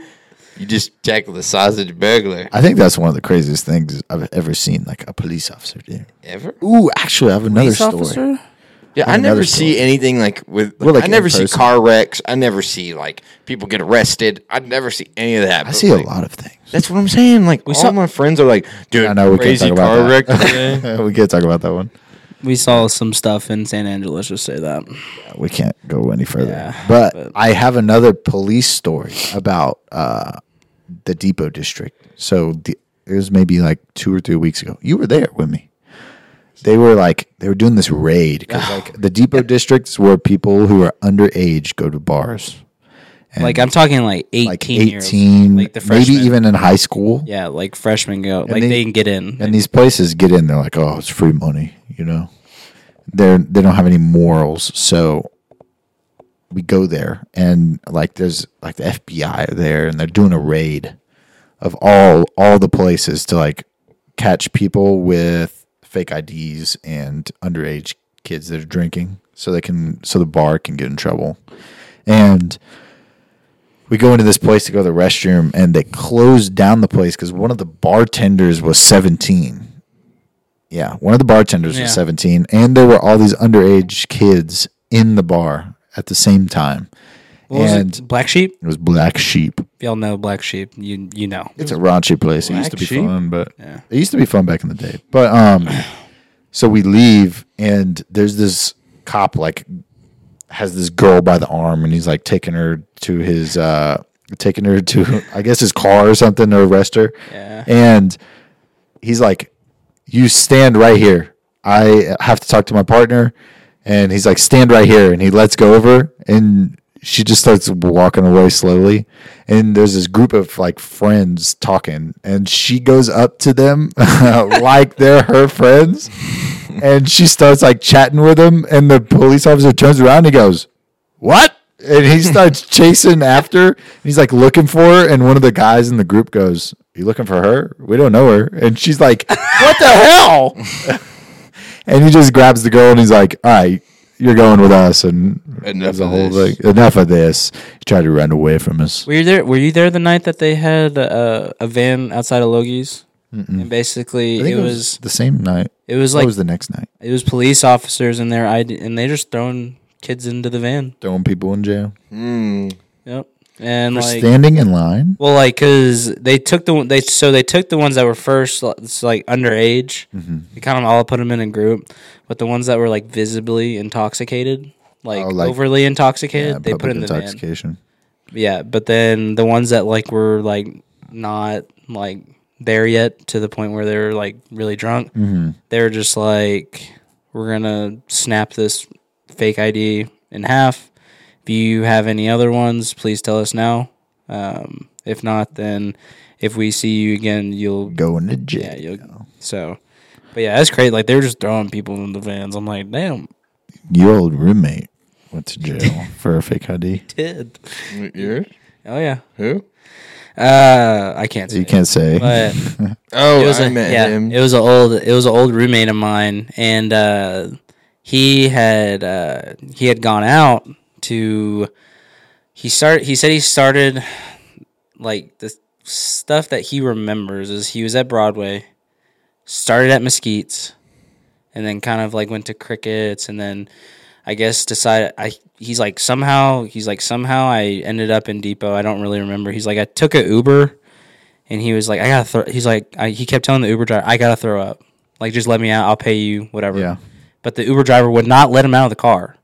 you just tackle the sausage burglar I think that's one of the craziest things I've ever seen like a police officer do. ever. Ooh, actually, I have another Police story. officer? Yeah, I Another never story. see anything like with. Well, like, I in never see person. car wrecks. I never see like people get arrested. I never see any of that. I but, see a like, lot of things. That's what I'm saying. Like all saw- my friends are like, dude, I know we crazy can't talk about car wreck. today." that. we can't talk about that one. We saw some stuff in San Angeles, just say that. We can't go any further. Yeah, but, but- I have another police story about uh, the Depot District. So the, it was maybe like two or three weeks ago. You were there with me. They were like they were doing this raid because like the Depot Districts where people who are underage go to bars, And Like I'm talking like eighteen like year olds. eighteen, like the maybe freshmen. even in high school. Yeah, like freshmen go. Like they- they, can get in. And these places get in, they're like, oh, it's free money, you know. They're they don't have any morals, so we go there and like there's like the FBI are there and they're doing a raid of all all the places to like catch people with fake IDs and underage kids that are drinking, so they can so the bar can get in trouble. And we go into this place to go to the restroom, and they closed down the place because one of the bartenders was seventeen. Yeah, one of the bartenders Yeah. was seventeen, and there were all these underage kids in the bar at the same time. What was and it? Black Sheep? it was Black Sheep. If y'all know Black Sheep, you you know. It's a raunchy place. It used Black to be Sheep? fun, but Yeah. it used to be fun back in the day. But um, so we leave, and there's this cop like has this girl by the arm, and he's like taking her to his uh, taking her to I guess his car or something to arrest her. Yeah. And he's like, "You stand right here. I have to talk to my partner." And he's like, "Stand right here." And he lets go of her, and she just starts walking away slowly. And there's this group of like friends talking, and she goes up to them like they're her friends, and she starts like chatting with them. And the police officer turns around and he goes, "What?" And he starts chasing after. And he's like looking for her, and one of the guys in the group goes, "You looking for her? We don't know her." And she's like, "What the hell?" and he just grabs the girl and he's like, "All right, you're going with us." And Enough there's a of whole this. thing. Enough of this. He tried to run away from us. Were you there? Were you there the night that they had uh, a, a van outside of Logie's? And basically, I it think was the same night. it was That like was the next night. it was police officers and their ID, and they just throwing kids into the van. Throwing people in jail. Mm. Yep. And For like, standing in line. well, like, cause they took the one- they so they took the ones that were first like, it's, like underage. Mm-hmm. They kind of all put them in a group, but the ones that were like visibly intoxicated, like, Oh, like- overly intoxicated, they put public in the van. intoxication. Yeah, but then the ones that like were like not like there yet to the point where they were like really drunk, they were just like, "We're gonna snap this fake ID in half. If you have any other ones, please tell us now. Um, if not, then if we see you again, you'll Going to jail. yeah you'll so." But yeah, that's crazy. Like they were just throwing people in the vans. I'm like, damn, Your old roommate went to jail for a fake ID. did Yours? oh yeah. Who? Uh, I can't. Say You can't say. But Oh, it was I a, met yeah, him. it was an old it was an old roommate of mine, and uh, he had uh, he had gone out to he started he said he started like the stuff that he remembers is he was at Broadway, started at Mesquite's, and then kind of like went to Crickets, and then I guess decided I he's like somehow he's like somehow I ended up in Depot. I don't really remember. He's like I took a Uber and he was like, I gotta throw. He's like, I, he kept telling the Uber driver, I gotta throw up. Like, just let me out. I'll pay you whatever. Yeah. But the Uber driver would not let him out of the car.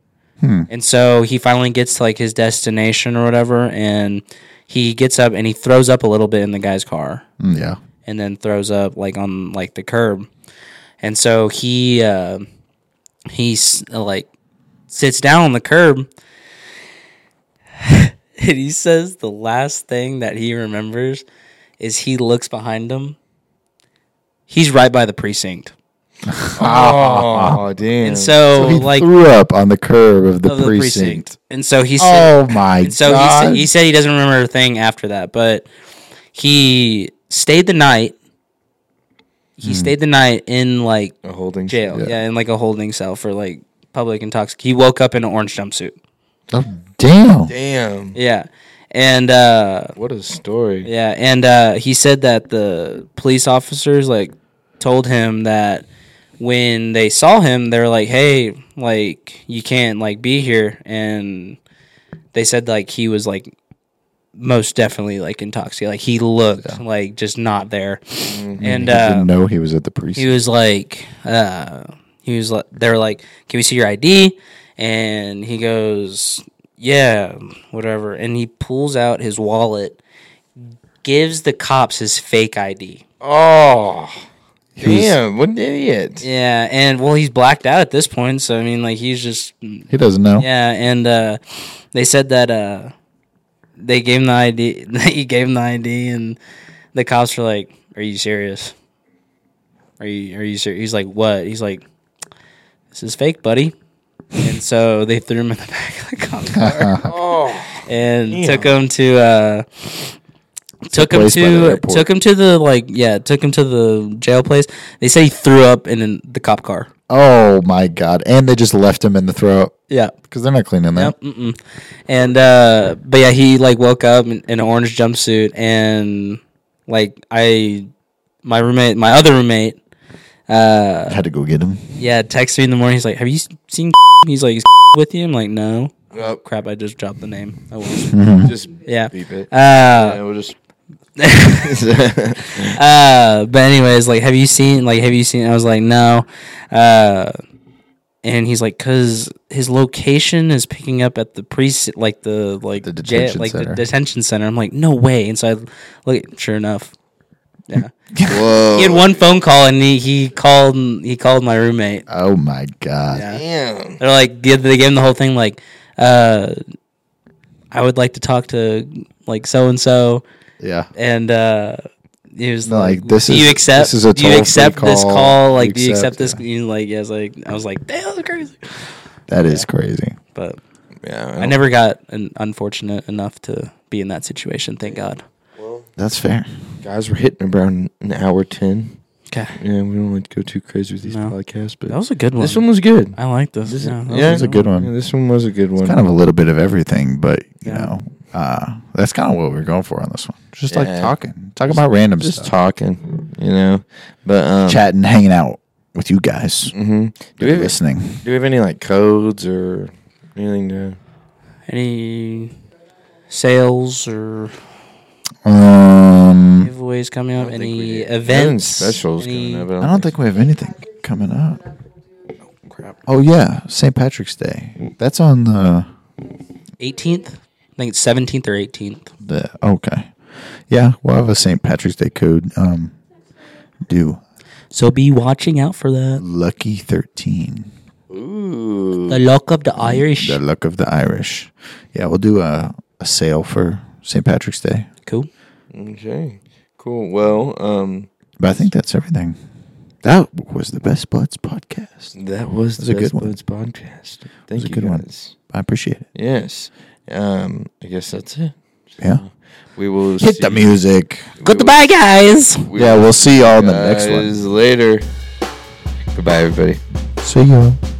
And so he finally gets to like his destination or whatever, and he gets up and he throws up a little bit in the guy's car Mm, yeah. and then throws up like on like the curb. And so he uh, he's like sits down on the curb and he says the last thing that he remembers is he looks behind him. He's right by the precinct. oh, damn. And so, So he like threw up on the curb of the, of the precinct. And so he said Oh my And so he, god! sa- he said he doesn't remember a thing after that, but he stayed the night. He Mm. stayed the night in like a holding jail, Yeah. yeah. in like a holding cell for like public intoxic. He woke up in an orange jumpsuit, oh, damn. Damn. yeah, and uh, What a story. yeah, and uh, he said that the police officers like told him that when they saw him, they were like, "Hey, like you can't like be here," and they said like he was like most definitely like intoxicated, like he looked like just not there, and I uh, didn't know Mm-hmm. he was at the he precinct. was like, uh, he was like, they were like, can we see your ID? And he goes, yeah, whatever. And he pulls out his wallet, gives the cops his fake ID. Oh, damn. What an idiot. Yeah, and well, he's blacked out at this point, so I mean, like, he's just he doesn't know. yeah. And uh, they said that uh, they gave him the ID. he gave him the ID, and the cops were like, "Are you serious? Are you are you serious?" He's like, "What?" He's like, "This is fake, buddy." and so they threw him in the back of the cop car Oh, and took him to uh, took him place by the to airport. took him to the like yeah took him to the jail place. They said he threw up in an- the cop car. Oh my god! And they just left him in the throat Yeah. because they're not cleaning that. Yep. Mm-mm. And uh, but yeah, he like woke up in, in an orange jumpsuit, and like I, my roommate, my other roommate, uh, Had to go get him. yeah, texted me in the morning. He's like, "Have you s- seen?" He's like, "Is with you?" I'm like, "No." Oh, Crap! I just dropped the name. Oh well. just Yeah. beep it. Uh, yeah, we'll just. uh, but anyways, like, have you seen? Like, have you seen? I was like, no. Uh, and he's like, cause his location is picking up at the precinct, like the like The jail- detention like center. the detention center. I'm like, no way. And so I look. Sure enough, yeah. Whoa. he Oh. had one phone call, and he, he called he called my roommate. Oh my god! Yeah. Damn. They're like they they gave him the whole thing like, uh, I would like to talk to like so and so Yeah. and uh he was No, like, like, this do is- you accept this is a do you toll-free accept this call. call You like do you accept, accept this He's like yeah, I was like I was like damn that's crazy That is crazy. but Yeah. Oh. I never got an unfortunate enough to be in that situation thank God That's fair. Guys, we're hitting around an hour ten. okay Yeah, we don't like to go too crazy with these No. podcasts, but that was a good one this one was good. I like this, This- yeah, that was a good one. Yeah, this one was a good one. Kind of a little bit of everything, but you Yeah. know, uh, that's kind of what we're going for on this one. Just like Yeah. talking, talk about random just stuff, talking, you know. But um, chatting, hanging out with you guys, Mm. hmm Do we have listening. do we have any like codes or anything to? any sales or Um, giveaways coming up don't think we any do. events Nothing specials any- coming up. I don't think we have anything coming up. crap Oh yeah, St. Patrick's Day. That's on the 18th I think it's 17th or 18th the okay. Yeah, we'll have a St. Patrick's Day code. Um, do so be watching out for that lucky thirteen. Ooh. the lock of the Irish The luck of the Irish. Yeah, we'll do a, a sale for St. Patrick's Day. cool Okay. Cool. Well, um, But I think that's everything. That was the Best Buds podcast. that was was the a good Best one. Buds podcast. Thank a you good one. guys. I appreciate it. Yes. Um, I guess that's it. Yeah. We will Hit the see- music. we will- goodbye guys we Yeah, will we'll see y'all in the see next you one. guys Later. Goodbye, everybody. See y'all.